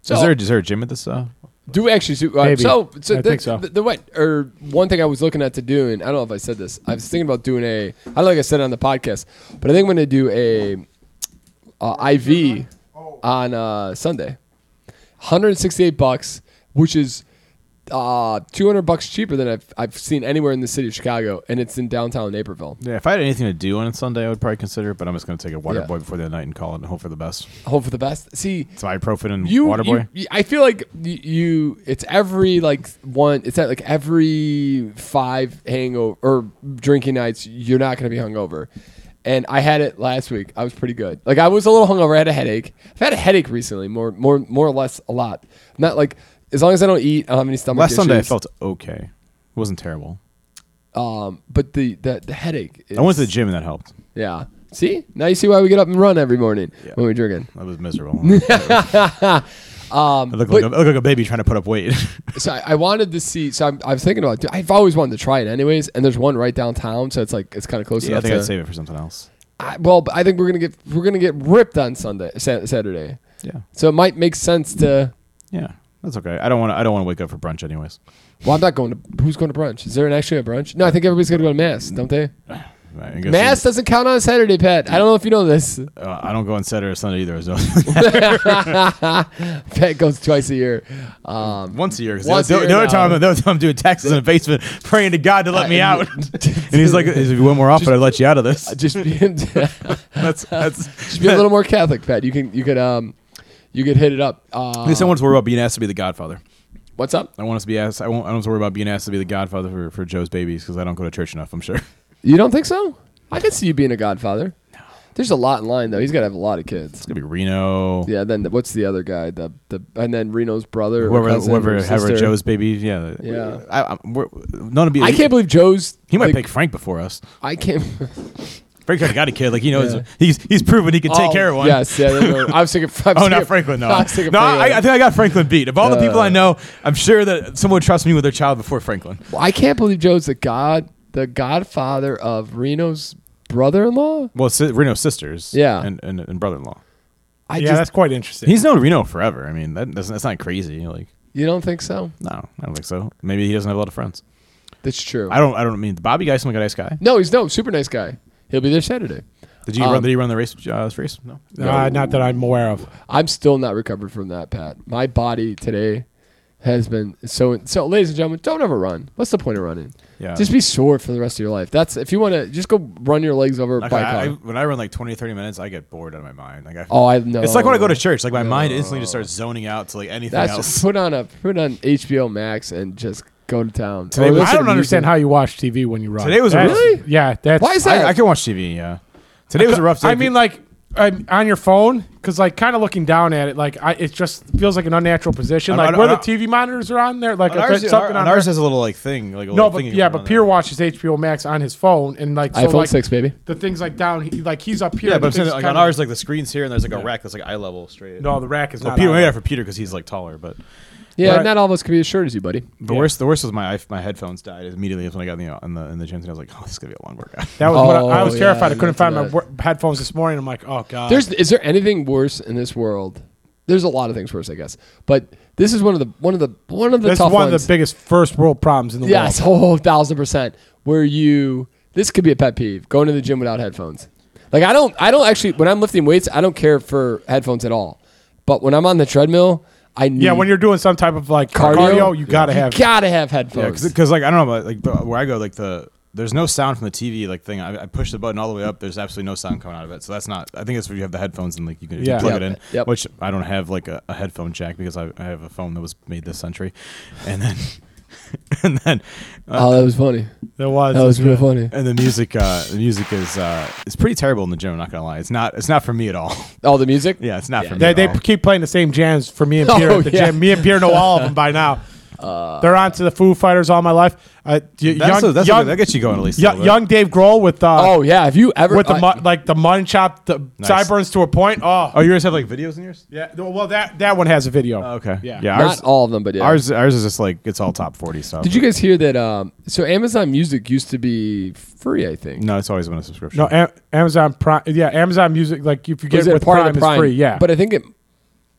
so Is there is there a gym at this? Uh, Do actually shoot. Uh, Maybe. So, so I the, think so. The, the what or one thing I was looking at to do, and I don't know if I said this. I was thinking about doing a. I don't like I said it on the podcast, but I think I'm going to do a uh, IV on uh, Sunday. 168 bucks, which is uh, 200 bucks cheaper than I've I've seen anywhere in the city of Chicago, and it's in downtown Naperville. Yeah, if I had anything to do on a Sunday, I would probably consider it, but I'm just going to take a water Yeah. boy before the night and call it and hope for the best. Hope for the best. See, It's ibuprofen and you, water boy. you- I feel like y- you. It's every like one. It's at like every five hangover or drinking nights. You're not gonna be hungover. And I had it last week. I was pretty good. Like I was a little hungover. I had a headache. I've had a headache recently. More, more, more or less a lot. Not like as long as I don't eat. I don't have any stomach. Last Sunday, I issues. felt okay. It wasn't terrible. Um, but the the, the headache. Is, I went to the gym and that helped. Yeah. See now you see why we get up and run every morning Yeah. when we're drinking. I was miserable. I Um, look, like a, I look like a baby trying to put up weight. so I, I wanted to see. So I'm, I was thinking about. I've always wanted to try it, anyways. And there's one right downtown, so it's like it's kind of close yeah, I enough. think to, I'd save it for something else. I, well, but I think we're gonna get we're gonna get ripped on Sunday, Sa- Saturday. Yeah, So it might make sense to. yeah, that's okay. I don't want to. I don't want to wake up for brunch anyways. Well, I'm not going to. Who's going to brunch? Is there an actually a brunch? No, I think everybody's gonna go to mass, don't they? Right, I guess- Mass doesn't count on Saturday, Pat. I don't know if you know this. Uh, I don't go on Saturday or Sunday either. So Pat goes twice a year. Um, once a year. 'cause Once the, a other- year the other now. time, the other time I'm doing taxes in the basement, praying to God to let Uh, me out. and he's like, "If you went more often, I'd let you out of this." just be. That's that's. Just be a little more Catholic, Pat. You can you could um you could hit it up. Uh, At least I want to worry about being asked to be the Godfather. what's up? I want us to be asked. I won't. I don't have to worry about being asked to be the Godfather for, for Joe's babies because I don't go to church enough. I'm sure. It's You don't think so? I could see you being a godfather. No. There's a lot in line though. He's got to have a lot of kids. gonna be Reno. Yeah. Then the- what's the other guy? The the and then Reno's brother. or Whoever, cousin or whoever, however, sister. Joe's baby, yeah, Yeah. I, I, we're, none of you. I can't believe Joe's. He might like, pick Frank before us. I can't. Frank already got a kid. Like he knows Yeah. he's he's proven he can take Oh, care of one. Yes. Yeah. no, no. I was thinking. I was Oh, thinking- not Franklin. No, I was thinking no. I, Franklin. I think I got Franklin beat. Of all the people Uh. I know, I'm sure that someone would trust me with their child before Franklin. I can't believe Joe's the god, the godfather of Reno's brother-in-law. Well, si- Reno's sisters, Yeah. and, and, and brother-in-law. I yeah, just that's quite interesting. He's known Reno forever. I mean, that doesn't, that's not crazy. Like, you don't think so? no, I don't think so. Maybe he doesn't have a lot of friends. That's true. I don't. I don't mean Bobby guy. Some nice guy. No, he's no super nice guy. He'll be there Saturday. Did you Um, run? Did he run the race? Uh, this race? No. Uh, not that I'm aware of. I'm still not recovered from that, Pat. My body today has been so. So, ladies and gentlemen, don't ever run. What's the point of running? Yeah. Just be sore for the rest of your life. That's if you want to just go run your legs over a Like, bike. I, I, on. when I run like 20, 30 minutes, I get bored out of my mind. Like I, oh, I know. it's like when I go to church. Like my mind instantly just starts zoning out to like anything That's else. just put on a put on HBO Max and just go to town. I Or listen don't to understand music. how you watch TV when you run. Today was a That's- really- yeah. That's Why is that? I, I can watch TV. Yeah. Today was a rough day. I mean, like I'm on your phone, because like kind of looking down at it, like I, it just feels like an unnatural position. On- Like on- where the on- TV monitors are on there, like on if ours, it's something on on ours there- has a little like thing. Like a No, little but thing you yeah, put but on Pierre there. watches HBO Max on his phone, and like so, Oh, iPhone like, six, baby. The things like down, he, like he's up here. Yeah, the but I'm saying thing's that, like on kinda- ours, like the screens here, and there's like a rack that's like eye level straight. No, the rack is Well, not. Peter on made there. that for Peter because he's like taller, but Yeah, Right. not all of us could be as short as you, buddy. the Yeah. worst, the worst was my iPh- my headphones died immediately when I got in the in the, in the gym, and I was like, oh, this is gonna be a long workout. That was what I, I Oh, was yeah, terrified. I couldn't that's find my bad. wor- headphones this morning. I'm like, oh god. There's is there anything worse in this world? There's a lot of things worse, I guess. But this is one of the one of the one of the That's tough one of ones. the biggest first world problems in the Yes, world. oh, thousand percent. Where you, this could be a pet peeve: going to the gym without headphones. Like I don't, I don't actually. When I'm lifting weights, I don't care for headphones at all. But when I'm on the treadmill, I need, Yeah, when you're doing some type of like Cardio? cardio, you gotta have. gotta have Yeah, headphones. because like I don't know, about like the, where I go, like the there's no sound from the TV like thing. I, I push the button all the way up. There's absolutely no sound coming out of it. So that's not. I think that's where you have the headphones and like you can if you Yeah. plug Yep, it in. yep. Which I don't have like a, a headphone jack because I, I have a phone that was made this century, and then and then uh, oh, that was funny. There was. That was real funny. and the music uh, the music is uh, it's pretty terrible in the gym. I'm not gonna lie. It's not it's not for me at all. Oh, the music. yeah, it's not for me. They, at they all. keep playing the same jams for me and Pierre Oh, at the yeah. Uh, gym. Me and Pierre know all of them by now. They're on to the Foo Fighters all my life. Uh, y- That's young, a- that's a- young, that gets you going at least. a yo- little bit. young Dave Grohl with uh, Oh yeah. Have you ever with the I- mu- like the mutton chop, the Nice. sideburns to a point. Oh, Oh, yours have like videos in yours? yeah. no, Well, that that one has a video. Okay. Yeah. Yeah. Not Ours, all of them, but Oh, yeah. ours ours is just like it's all top forty stuff. Did you guys hear that? Um, so Amazon Music used to be free, I think. No, it's always been a subscription. No, a- Amazon Prime. Yeah, Amazon Music. Like if you get Was it it with part Prime, of it's free. Yeah, But I think it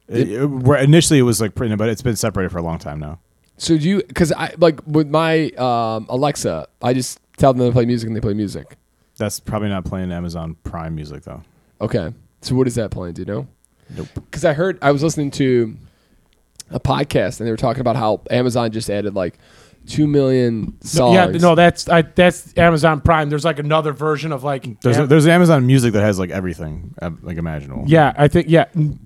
It- it- where initially it was like pretty, but it's been separated for a long time now. So do you? Because I like with my um, Alexa, I just tell them to play music and they play music. That's probably not playing Amazon Prime music though. Okay. So what is that playing? Do you know? Nope. Because I heard I was listening to a podcast and they were talking about how Amazon just added like two million songs. Yeah, no, that's I, that's Amazon Prime. There's like another version of like There's Am- there's Amazon Music that has like everything uh, like imaginable. yeah, I think yeah.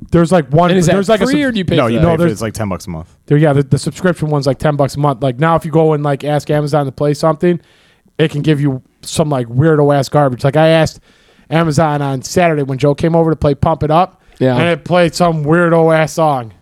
There's like one. And is that there's like free a or do you pay No, for you that? pay for it. there's- It's like ten bucks a month. there- yeah, the, the subscription one's like ten bucks a month. Like now, if you go and like ask Amazon to play something, it can give you some like weirdo ass garbage. Like I asked Amazon on Saturday when Joe came over to play Pump It Up, Yeah. and it played some weirdo ass song.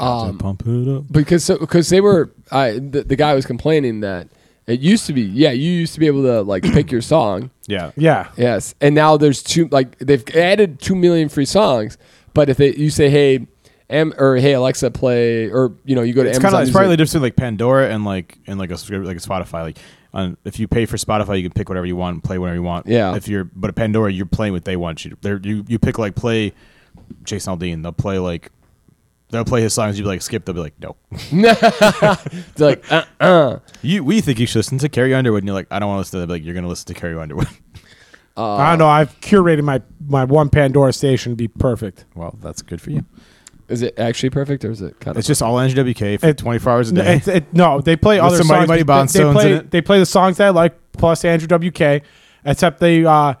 Um, pump it up. because so, cause they were I the, the guy was complaining that it used to be yeah you used to be able to like pick your song Yeah. Yeah, yes and now there's two like they've added two million free songs but if they, you say hey am or hey Alexa play or you know you go to It's kind Amazon of it's Music- probably the difference between like Pandora and like and like a subscrip- like a Spotify. Like on, if you pay for Spotify, you can pick whatever you want, play whatever you want. Yeah. If you're but at Pandora, you're playing what they want you. to- They're, you you pick like play Jason Aldean. They'll play like they'll play his songs. You'd be like skip. They'll be like no. it's like uh, You we think you should listen to Carrie Underwood, and you're like I don't want to listen to. That. They'll be Like you're gonna listen to Carrie Underwood. Oh. I don't know. I've curated my my one Pandora station to be perfect. well, that's good for you. is it actually perfect or is it kind of It's just all NGWK for It- 24 hours a No, day. it's- it- no, they play With other some Mighty songs. Mighty Bonestones they, they, play, in it. they play the songs that I like plus Andrew WK, except they uh,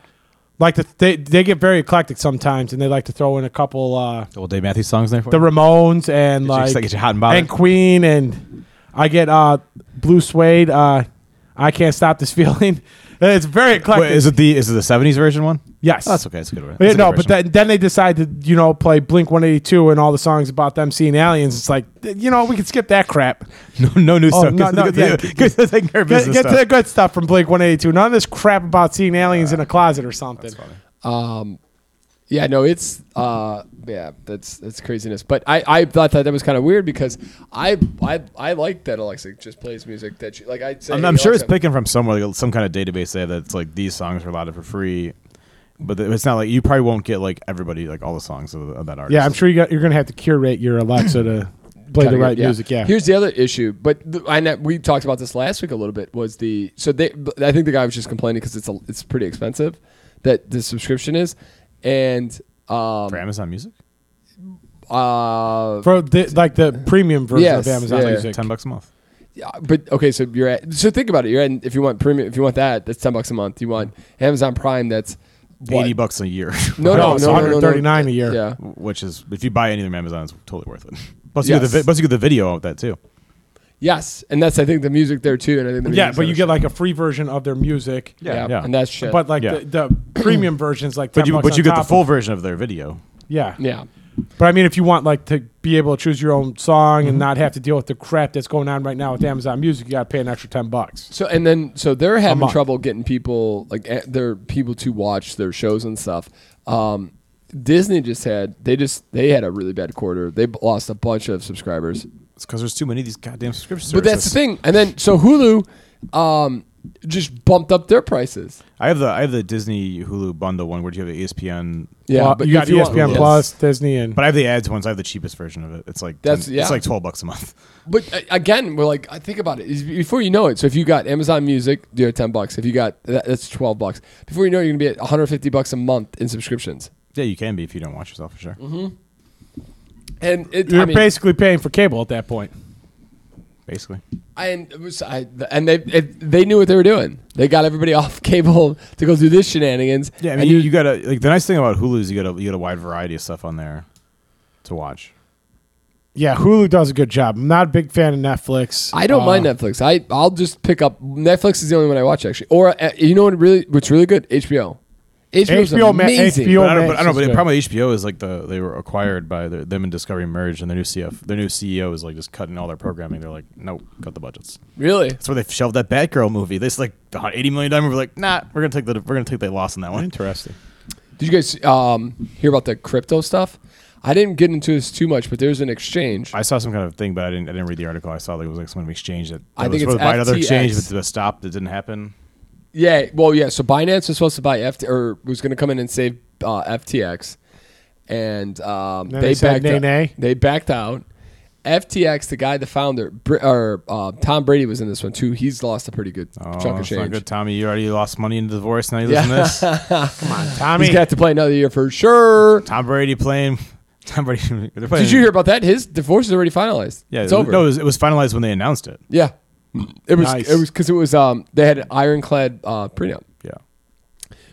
like the, they they get very eclectic sometimes, and they like to throw in a couple uh, old Dave Matthews songs there for the you. Ramones and Get you- like get you hot and bothered. and Queen and I get uh, Blue Suede. Uh, I can't stop this feeling. It's very eclectic. Wait, is it the is it the 70s version one? yes, Oh, that's okay. It's a good one. Yeah, no, but then, then they decide to you know play Blink One Eighty Two and all the songs about them seeing aliens. It's like th- you know we can skip that crap. no, no new Oh, stuff. no, no, yeah. Get to taking care of Get, business get to stuff. the good stuff from Blink One Eighty Two. None of this crap about seeing aliens in a closet or something. Um, yeah, no, it's uh, yeah, that's that's craziness. But I, I thought that that was kind of weird because I I I like that Alexa just plays music that she like I. Say, I'm, I'm sure it's "Alexa, picking from somewhere, like some kind of database they have that's like these songs are allowed for free, but it's not like you probably won't get like everybody like all the songs of, of that artist. Yeah, I'm sure you got, you're going to have to curate your Alexa to play kinda the good," right music. Yeah, Here's the other issue, but the, I know we talked about this last week a little bit. Was the so they? but I think the guy was just complaining because it's a, it's pretty expensive that the subscription is, and um for Amazon Music, uh for the, like the premium version Yes, of Amazon yeah. Music. ten bucks a month. Yeah, but okay, so you're at so think about it. You're at if you want premium, if you want that, that's ten bucks a month. You want Amazon Prime, that's what? Eighty bucks Oh, a year. No, No, no, it's no, no, no, no. 139 a year. Yeah, which is if you buy anything from Amazon, it's totally worth it. Plus you get the vi- Yes. plus you get the video of that too. yes, and that's I think the music there too, and I think the Yeah, music's but you there. get like a free version of their music. yeah, yeah. and that's shit. But like Yeah. the, the premium version's like 10 But you bucks but on you get the top full of- version of their video. yeah. yeah, But I mean, if you want like to be able to choose your own song Mm-hmm. and not have to deal with the crap that's going on right now with Amazon Music, you got to pay an extra ten bucks. so and then so they're having month. trouble getting people like eh, their people to watch their shows and stuff. Um, Disney just had they just they had a really bad quarter. They b- lost a bunch of subscribers. It's because there's too many of these goddamn subscriptions. But that's the thing. And then so Hulu, um, just bumped up their prices. I have the I have the Disney Hulu bundle one where you have the E ESPN. Yeah, Well, but you got E if you want- ESPN Yes. Plus, Disney, and But I have the ads ones. I have the cheapest version of it. It's like That's- 10 yeah. It's like twelve bucks a month. But uh, again, we're like, I think about it. Is- Before you know it, so if you got Amazon Music, you're at ten bucks. If you got that, that's twelve bucks. Before you know, it, you're gonna be at 150 bucks a month in subscriptions. Yeah, you can be if you don't watch yourself for sure. Mm-hmm. And it, you're I mean, basically paying for cable at that point. Basically, and it was, I, and they it, they knew what they were doing. They got everybody off cable to go do this shenanigans. yeah. I And mean, you, you got a like the nice thing about Hulu is you got a you got a wide variety of stuff on there to watch. Yeah, Hulu does a good job. I'm not a big fan of Netflix. I don't Uh, mind Netflix. I I'll just pick up Netflix is the only one I watch actually. Or uh, you know what really what's really good HBO. HBO's HBO ma- amazing. HBO But I don't, Max but I don't know. is But the good. problem with HBO is like the they were acquired by the, them and Discovery merged, and their new CF their new CEO is like just cutting all their programming. They're like, nope, cut the budgets. Really? That's where they shelved that Batgirl movie. This like the eighty million dollar movie. Like, nah, we're gonna take the we're gonna take the loss on that one. Interesting. Did you guys um, hear about the crypto stuff? I didn't get into this too much, but there's an exchange. I saw some kind of thing, but I didn't. I didn't read the article. I saw that it was like some kind of exchange that I that think was it's supposed to buy another FTX. exchange, but the stop that didn't happen. yeah, well, yeah. So Binance was supposed to buy FT or was going to come in and save uh, FTX, and um, Then they, they said, backed out. "Nay, nay." They backed out. FTX, the guy, the founder, Br- or uh, Tom Brady was in this one too. He's lost a pretty good chunk of Oh, it's not change. good, Tommy. You already lost money in the divorce. Now you listen to this. Tommy. He's got to play another year for sure. Tom Brady playing. Tom Brady. They're playing. Did you hear about that? His divorce is already finalized. Yeah, it's it- over. No, it was, it was finalized when they announced it. yeah, it was. Nice. It was because it was. Um, they had an ironclad uh, prenup. Yeah.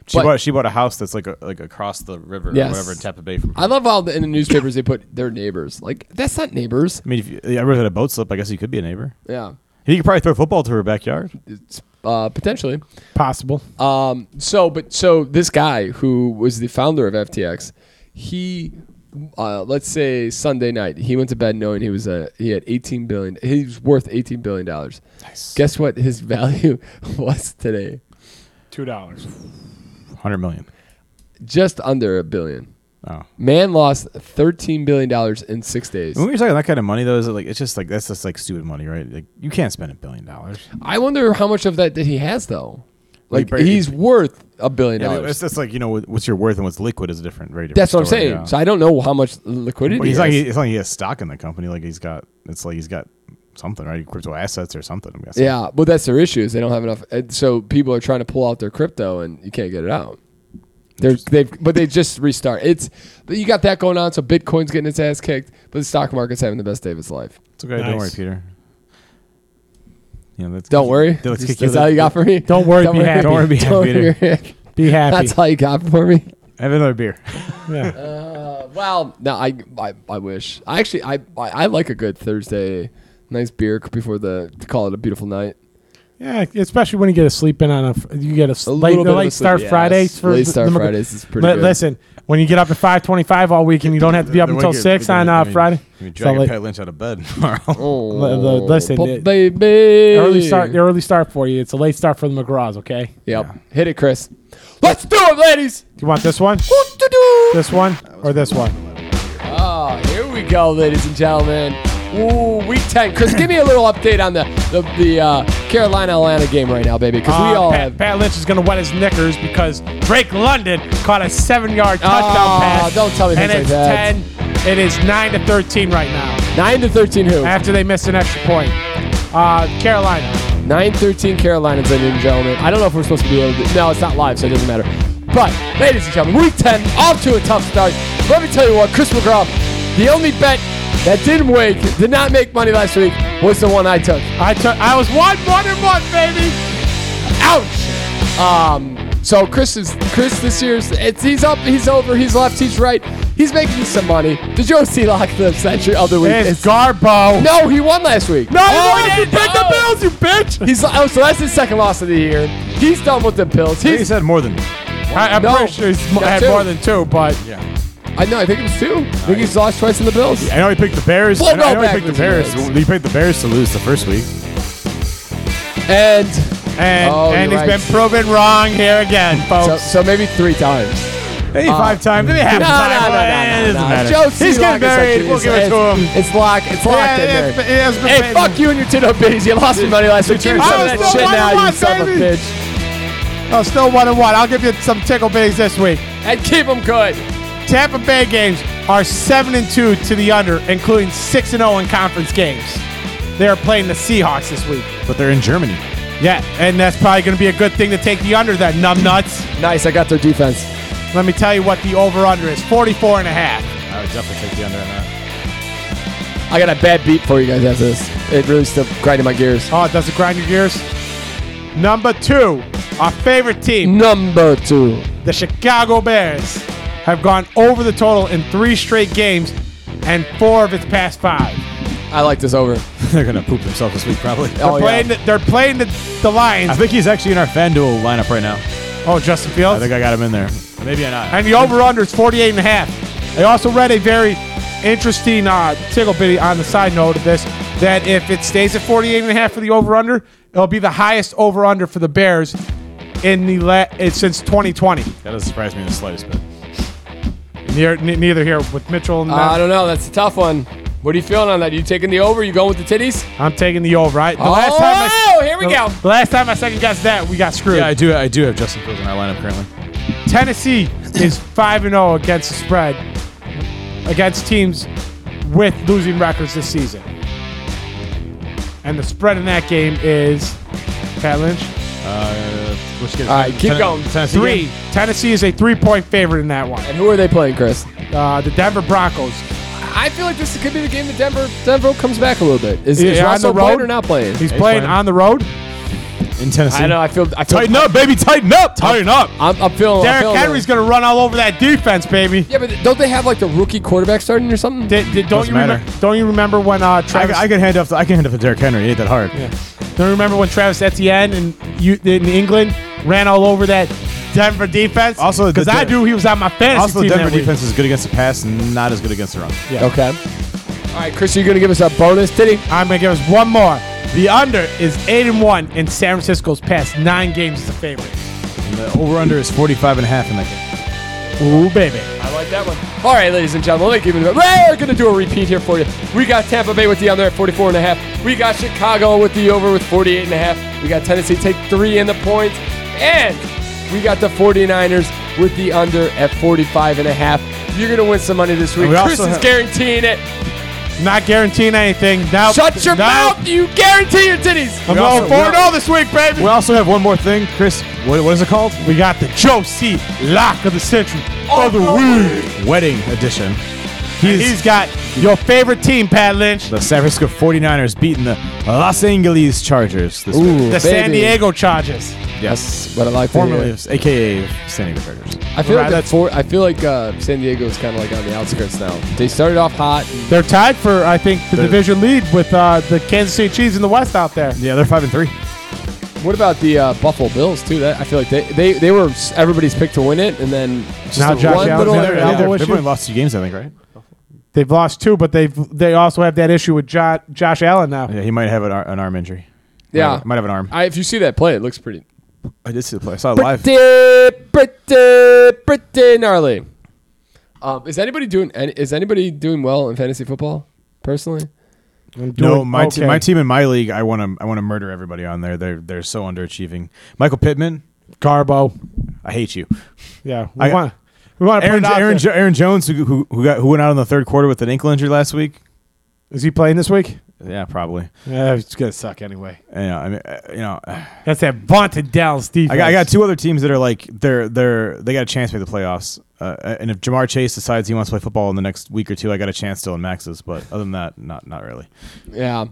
She But- bought she bought a house that's like a, like across the river Yes. or whatever in Tampa Bay from. I love how the, in the newspapers they put their neighbors. Like that's not neighbors. I mean, if you, I ever had a boat slip, I guess he could be a neighbor. Yeah, He could probably throw a football to her backyard. it's, uh, potentially. Possible. Um, so, but so this guy who was the founder of FTX, he, uh, let's say Sunday night, he went to bed knowing he was a he had eighteen billion. He was worth eighteen billion dollars. Nice. Guess what his value was today? Two dollars. Hundred million. Just under a billion. Oh. Man lost thirteen billion dollars in six days. When we are talking that kind of money, though, is it like it's just like that's just like stupid money, right? Like you can't spend a billion dollars. I wonder how much of that that he has though. Like barely- he's worth a billion Yeah, dollars. it's just like you know what- what's your worth and what's liquid is different. Very different. That's what I'm story, saying. yeah. So I don't know how much liquidity. But he's he like has. he, it's not like he has stock in the company. Like he's got it's like he's got something, right? Crypto assets or something. I'm guessing. Yeah, well, that's their issue is they don't have enough. and So people are trying to pull out their crypto, and you can't get it out. They're, they've, but they just restart. It's but you got that going on. So Bitcoin's getting its ass kicked, but the stock market's having the best day of its life. It's okay. Don't Nice. worry, Peter. You know, that's, Don't worry. They'll Just- kick you that's all you got for me. Don't worry, be happy. Don't worry, be happy. Peter. worry. Be happy. That's all you got for me. Have another beer. Yeah. Uh, well, no, I, I, I wish. I actually, I, I, I like a good Thursday, nice beer before the to call it a beautiful night. yeah, especially when you get a sleep in on a f- you get a, s- A late, little the bit of a late sleep- start yes. Fridays for late the- start the- Fridays is pretty Li- good. Listen, when you get up at five twenty-five all week and you don't have to be up Then we until could- six we could- on I uh, mean, Friday, I mean, So, drag like, Pat Lynch out of bed tomorrow. Oh, Li- li- listen, pop it- baby. early start, the early start for you. It's a late start for the McGraws. Okay, Yep. Hit it, Chris. Let's do it, ladies. do you want this one, Doo-doo. this one, or this one? Oh, here we go, ladies and gentlemen. Ooh, week 10. Chris, give me a little update on the the, the uh, Carolina Atlanta game right now, baby, because we Uh, all Pat, have. Pat Lynch is going to wet his knickers because Drake London caught a seven-yard touchdown pass. don't tell me and things it's like that. ten. It is nine to thirteen right now. 9 to 13 who? after they missed an extra point. Uh, Carolina. 9 13 Carolina's, ladies and gentlemen. I don't know if we're supposed to be able to. No, it's not live, so it doesn't matter. But, ladies and gentlemen, week 10, off to a tough start. Let me tell you what, Chris McGraw, the only bet that didn't wake, did not make money last week, was the one I took. I took. I was one one and one, baby. Ouch. Um. So Chris is Chris this year's. It's he's up, he's over, he's left, he's right. He's making some money. The Joe Seelock clip century of the week. It's is- Garbo. no, he won last week. no, Oh, you he lost. You bet the didn't. Bills, you bitch. He's oh, so that's his second loss of the year. He's done with the Bills. he He's said more than me. I, I'm No. pretty sure he's mo- Got had two. more than two, but Yeah. I know. I think it was two. I think he's lost twice in the Bills. I know he picked the Bears. Well, I know, I no, know he picked the backwards Bears. he was. He picked the Bears to lose the first week. And and Oh, and you're he's right. been proven wrong here again, so, uh, folks. so maybe three times. Maybe five times. Maybe half No, no, the time. no, but no, it no, doesn't no. matter. Joe He's Seelock getting is buried. actually- We'll give it to it's- him. It's locked. It's locked Yeah, in there. it has- it has been Hey, paid. fuck you and your Tito bitties. You lost your money last week. Give me I some of was that still shit one now, and you one, son of a baby. bitch. Oh, still one and one. I'll give you some tickle bigs this week. And keep them good. Tampa Bay games are seven and two to the under, including six and zero in conference games. They are playing the Seahawks this week. But they're in Germany. Yeah, and that's probably going to be a good thing to take the under. That numb nuts. Nice, I got their defense. Let me tell you what the over under is 44 and a half. I would definitely take the under on that. I got a bad beat for you guys after this. It really still grinding my gears. Oh, does it grind your gears? Number two, our favorite team, Number two. the Chicago Bears, have gone over the total in three straight games and four of its past five. I like this over. they're gonna poop themselves this week probably. They're Oh, yeah. playing, the, they're playing the, the I Lions. think he's actually in our FanDuel lineup right now. Oh, Justin I Fields. think I got him in there. Maybe I not. and the over under is 48 and a half. I also read a very interesting uh, tickle bitty on the side note of this that if it stays at 48 and a half for the over under, it'll be the highest over under for the Bears in the la- eh, since 2020. that doesn't surprise me in the slightest bit. Neither, ne- neither here with Mitchell and Uh, I don't know. That's a tough one. What are you feeling on that? You taking the over? You going with the titties? I'm taking the over. Right? The Oh, here we the- go. The last time I second guessed that, we got screwed. Yeah, I do. I do have Justin Fields in our lineup currently. Tennessee is 5 and 0 against the oh spread. against teams with losing records this season. And the spread in that game is Pat Lynch Uh, let's get All right, keep Ten- going. Tennessee three. game? Tennessee is a three-point favorite in that one. And who are they playing, Chris? Uh, the Denver Broncos. I feel like this could be the game that Denver Denver comes back a little bit. Is, is Yeah, on Russell the playing road? or not playing? He's Hey, playing Frank. on the road. in Tennessee. I know. I feel. I feel. Tighten up, baby. Tighten up. Tighten up. I'm, I'm feeling. I'm Derrick feeling Henry's it. going to run all over that defense, baby. Yeah, but don't they have like the rookie quarterback starting or something? Did- did- don't Doesn't you remember? matter. Don't you remember when uh, I, Travis? I can hand off. I can hand off to Derrick Henry. It ain't that hard. Yeah. Don't you remember when Travis Etienne and you in England ran all over that Denver defense? Also, the because I Den- do, he was on my fantasy Also, the team Denver that week. defense is good against the pass, not as good against the run. Yeah. Okay. All right, Chris, are you gonna give us a bonus, Diddy? I'm gonna give us one more. The under is eight and one, and San Francisco's past nine games is a favorite. And the over/under is 45 and a half in that game. Ooh, baby. I like that one. All right, ladies and gentlemen, let me give it. a- We're going to do a repeat here for you. We got Tampa Bay with the under at 44 and a half. We got Chicago with the over with 48 and a half. We got Tennessee take three in the points. And we got the 49ers with the under at 45 and a half. You're going to win some money this week. we Chris also is have- guaranteeing it. Not guaranteeing anything. Now, Shut your now- mouth. You guarantee your titties. I'm We going also- 4 0 we- this week, baby. We also have one more thing, Chris. What, what is it called? we got the Joe C. Lock of the Century Oh, of the Week. Wedding edition. He's, he's got your favorite team, Pat Lynch. The San Francisco 49ers beating the Los Angeles Chargers this week. The Ooh, San baby. Diego Chargers. Yes. What I like to Formerly, hear. of- aka San Diego Chargers. I feel Right, like that that's- four, I feel like uh, San Diego is kind of like on the outskirts now. They started off hot. and- They're tied for, I think, the They're- division lead with uh, the Kansas City Chiefs in the West out there. Yeah, they're five and three. What about the uh, Buffalo Bills too? That I feel like they, they, they were s- everybody's pick to win it, and then just Now a Josh one Allen's little in they're, there. yeah. Allen- they're, elbow they've issue? only lost two games, I think, right? They've lost two, but they've they also have that issue with jo- Josh Allen now. Yeah, he might have an, ar- an arm injury. Yeah. might have an arm. I, if you see that play, it looks pretty I did see the play. I saw it live. pretty pretty pretty gnarly. Um, is anybody doing any- is anybody doing well in fantasy football? Personally, I'm doing No, my team, okay. my team in my league, I want to, I want to murder everybody on there. They're, they're so underachieving. Michael Pittman, Garbo. I hate you. Yeah, we I- want we want to put Aaron, it out Aaron, there. jo- Aaron Jones, who, who, who got, who went out in the third quarter with an ankle injury last week. Is he playing this week? Yeah, probably. Yeah, it's gonna suck anyway. Yeah, I mean, uh, you know, That's that vaunted Dallas defense. I got, I got two other teams that are like they're they're they got a chance to make the playoffs. Uh, and if Jamar Chase decides he wants to play football in the next week or two, I got a chance still in Max's. But other than that, not not really. yeah,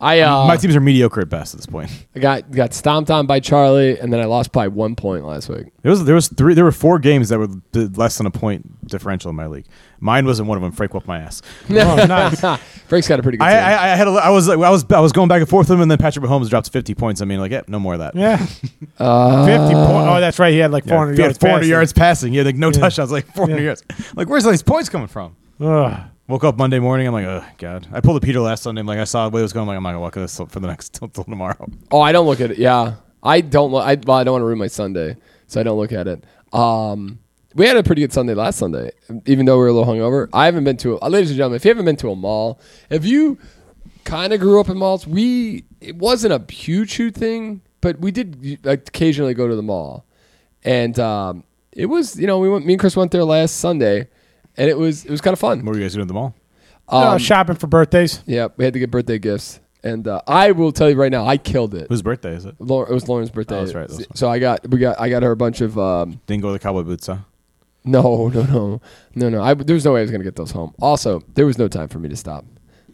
I uh, My teams are mediocre at best at this point. I got got stomped on by Charlie, and then I lost by one point last week. There was there was three there were four games that were th- less than a point differential in my league. Mine wasn't one of them. Frank whooped my ass. Oh, nice. Frank's got a pretty good. I, team. I, I had a, I was like I was I was going back and forth with him, and then Patrick Mahomes dropped fifty points. I mean, like, yeah, no more of that. Yeah, fifty Uh, point. Oh, that's right. He had like four hundred Yeah, yards. 400 passing. yards passing. Yeah, like no touchdowns, like 400 Yeah. yards. Like, where's all these points coming from? Ugh. Woke up Monday morning. I'm like, oh god. I pulled a Peter last Sunday. I'm like, I saw the way it was going. I'm like, I'm not gonna look at this for the next till, till tomorrow. Oh, I don't look at it. Yeah, I don't. Look, I well, I don't want to ruin my Sunday, so I don't look at it. Um, we had a pretty good Sunday last Sunday, even though we were a little hungover. I haven't been to, a, ladies and gentlemen, if you haven't been to a mall, if you kind of grew up in malls, we it wasn't a huge huge thing, but we did occasionally go to the mall, and um, it was you know we went. Me and Chris went there last Sunday, and it was it was kind of fun. What were you guys doing at the mall? No, Um, shopping for birthdays. yeah, we had to get birthday gifts, and uh, I will tell you right now, I killed it. Whose birthday is it? Lauren, it was Lauren's birthday. Oh, that's right, that's right. so I got we got I got her a bunch of um, Didn't go to the cowboy boots, huh? no no no no no. I, there was no way I was gonna get those home. Also, there was no time for me to stop.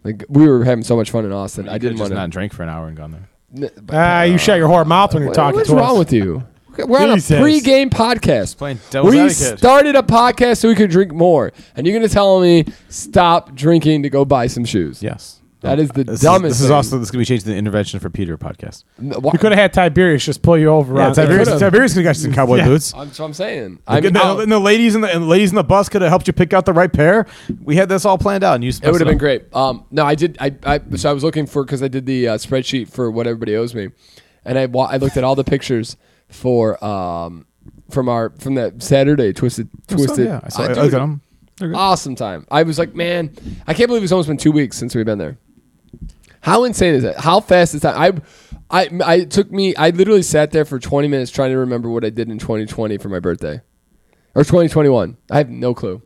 Like we were having so much fun in Austin, I didn't just want to. not drank for an hour and gone there. Ah, you shut your whore mouth when you're talking uh, what's to wrong us. with you? We're on a Jesus. pre-game podcast. Playing devil's we advocate. started a podcast so we could drink more, and you're gonna tell me stop drinking to go buy some shoes? Yes, That is the This dumbest. Is, this is thing. also this could be changed to the intervention for Peter podcast. N- why- you could have had Tiberius just pull you over. Yeah, on- Tiberius, could've. Tiberius could have got you some cowboy boots. That's what I'm saying. I I mean, I'll- and the ladies in the and the ladies in the bus could have helped you pick out the right pair. We had this all planned out, and you. It would have been great. Um, no, I did. I, I so I was looking for because I did the uh, spreadsheet for what everybody owes me, and I wa- I looked at all the pictures for um from our from that Saturday twisted twisted. Oh, yeah, I saw, Uh, I dude, looked at 'em. They're good. awesome time. I was like, man, I can't believe it's almost been two weeks since we've been there. How insane is that? How fast is that? I, I, I it took me. I literally sat there for 20 minutes trying to remember what I did in 2020 for my birthday, or 2021. I have no clue.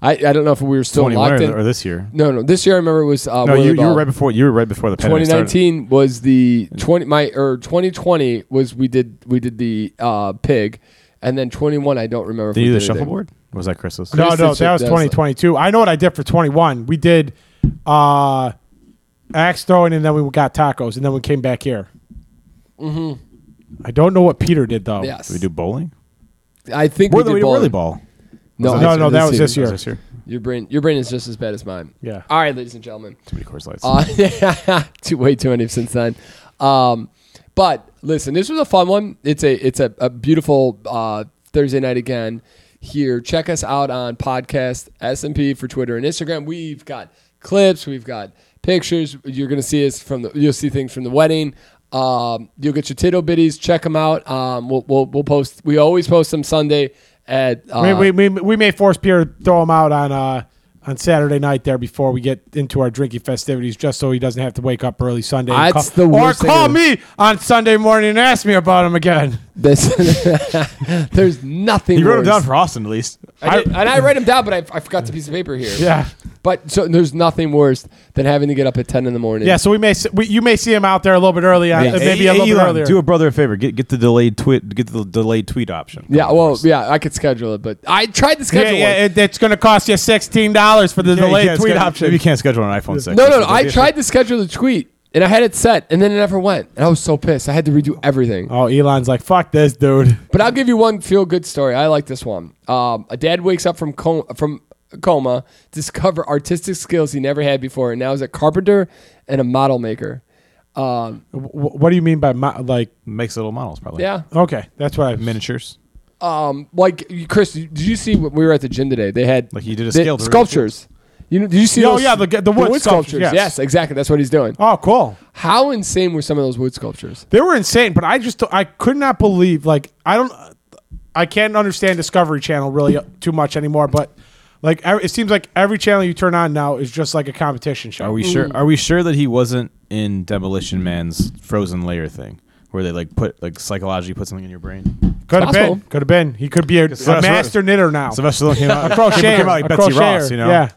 I, I don't know if we were still Twenty one locked in. or, or this year? no, no. This year I remember it was uh, No, you, Whaley you were Ball. right before you were right before the pandemic started. 2019 was the 20 my or 2020 was we did we did the uh, pig, and then 21 I don't remember. if Did we you do the anything. shuffleboard? Or was that Chris's? No, Kristen no, that was Schick does 2022. I know what I did for 21. We did uh axe throwing, and then we got tacos, and then we came back here. Mm-hmm. I don't know what Peter did though. Yes, Did Oh, we do bowling? I think Well, we did we did bowling. really ball. No, No, no, that was year. this year. That was this year. Your brain, your brain is just as bad as mine. Yeah. All right, ladies and gentlemen. Too many Coors Lights. Uh, too way too many since then. Um, but listen, this was a fun one. It's a it's a, a beautiful uh, Thursday night again here. Check us out on podcast SMP for Twitter and Instagram. We've got clips. We've got pictures. You're gonna see us from the. You'll see things from the wedding. Um, you'll get your tittle bitties. Check them out. Um, we'll, we'll we'll post. We always post them Sunday at. Uh, I mean, we, we, we may force Peter to throw him out on uh on Saturday night there before we get into our drinking festivities, just so he doesn't have to wake up early Sunday. and That's call- the worst or thing call ever. me on Sunday morning and ask me about him again. This, there's nothing. You wrote it worse. down for Austin, at least. I did, and I write them down, but I, I forgot the piece of paper here. Yeah. But so there's nothing worse than having to get up at ten in the morning. Yeah, so we may s- we, you may see him out there a little bit early, on, uh, maybe a little bit Elon, earlier. Do a brother a favor. Get get the delayed tweet. Get the delayed tweet option. Yeah. Come on, Well. first. Yeah. I could schedule it, but I tried to yeah, schedule yeah, one. it, it's going to cost you sixteen dollars for the Yeah, you delayed can't tweet schedule- option. maybe You can't schedule on an iPhone six. no, no, no. I tried to schedule the tweet, and I had it set, and then it never went, and I was so pissed. I had to redo everything. Oh, Elon's like, fuck this, dude. But I'll give you one feel good story. I like this one. Um, a dad wakes up from com- from a coma, discover artistic skills he never had before, and now is a carpenter and a model maker. Um, W- what do you mean by mo- like? Makes little models probably. yeah. Okay, that's what I meant. Miniatures. um, like Chris, did you see when we were at the gym today? They had Like you did a the scale. sculptures. You know, did you see? Oh, those- yeah, the- the wood sculptures, yes. exactly. That's what he's doing. Oh, cool. How insane were some of those wood sculptures? They were insane, but I just I could not believe like I don't I can't understand Discovery Channel really too much anymore, but like I- it seems like every channel you turn on now is just like a competition show. Are we sure? Are we sure that he wasn't in Demolition Man's frozen layer thing, where they like put like psychologically put something in your brain? could have been, possible. could have been. He could be a, a Sylvester- master knitter now. Sylvester Stallone came out. A crocheter, came out like a Betsy crocheter, Ross. You know. Yeah.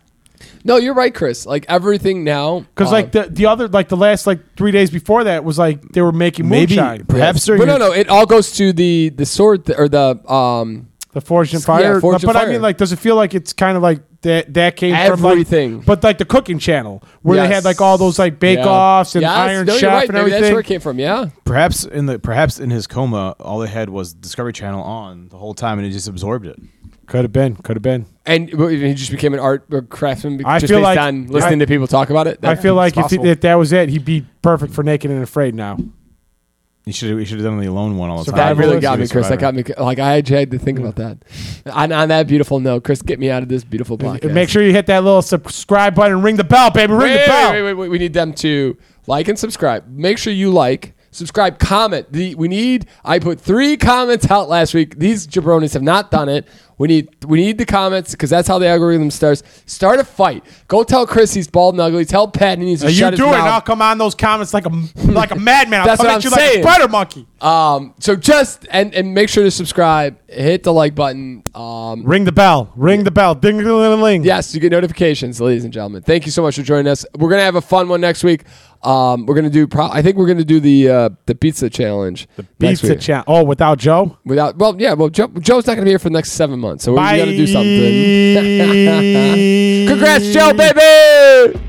No, you're right, Chris. Like everything now, Because uh, like the the other like the last like three days before that was like they were making Maybe moonshine, perhaps during but no, your- no, it all goes to the the sword th- or the um the Forged and Yeah, Fire. Forged and but I Fire. mean, like, does it feel like it's kind of like that that came from like- Everything. but like the cooking channel where they yes. had like all those like bake Yeah. offs and Yes, Iron no, you're Chef right. and Maybe everything. That's where it came from. Yeah, Perhaps in the perhaps in his coma, all they had was Discovery Channel on the whole time, and he just absorbed it. Could have been. Could have been. and he just became an art or craftsman be- I just feel based like- on listening to people talk about it. I feel like if, possible. he, if that was it, he'd be perfect for Naked and Afraid now. He should he should have done the alone one all the That time. really Survivalist. got me, He's a Chris. That survivor. got me. Like I had to think about that. On, on that beautiful note, Chris, get me out of this beautiful podcast. Make sure you hit that little subscribe button, ring the bell, baby, ring Wait, the wait, bell. wait, wait, wait. We need them to like and subscribe. Make sure you like, subscribe, comment. The, we need. I put three comments out last week. These jabronis have not done it. We need we need the comments because that's how the algorithm starts. Start a fight. Go tell Chris he's bald and ugly. Tell Pat he needs to Now shut you his do it, and mouth. I'll come on those comments like a like a madman. I'll That's come at what you I'm saying. like a spider monkey. Um, so just and and make sure to subscribe. Hit the like button. Um, Ring the bell. Ring the bell. Ding, ding, ding, ding. Yes, you get notifications, ladies and gentlemen. Thank you so much for joining us. We're gonna have a fun one next week. Um, we're gonna do. Pro- I think we're gonna do the uh, the pizza challenge. The Pizza channel. Oh, without Joe? Without well, yeah. Well, Joe, Joe's not gonna be here for the next seven months, so we're, we gotta do something. Congrats, Joe, baby.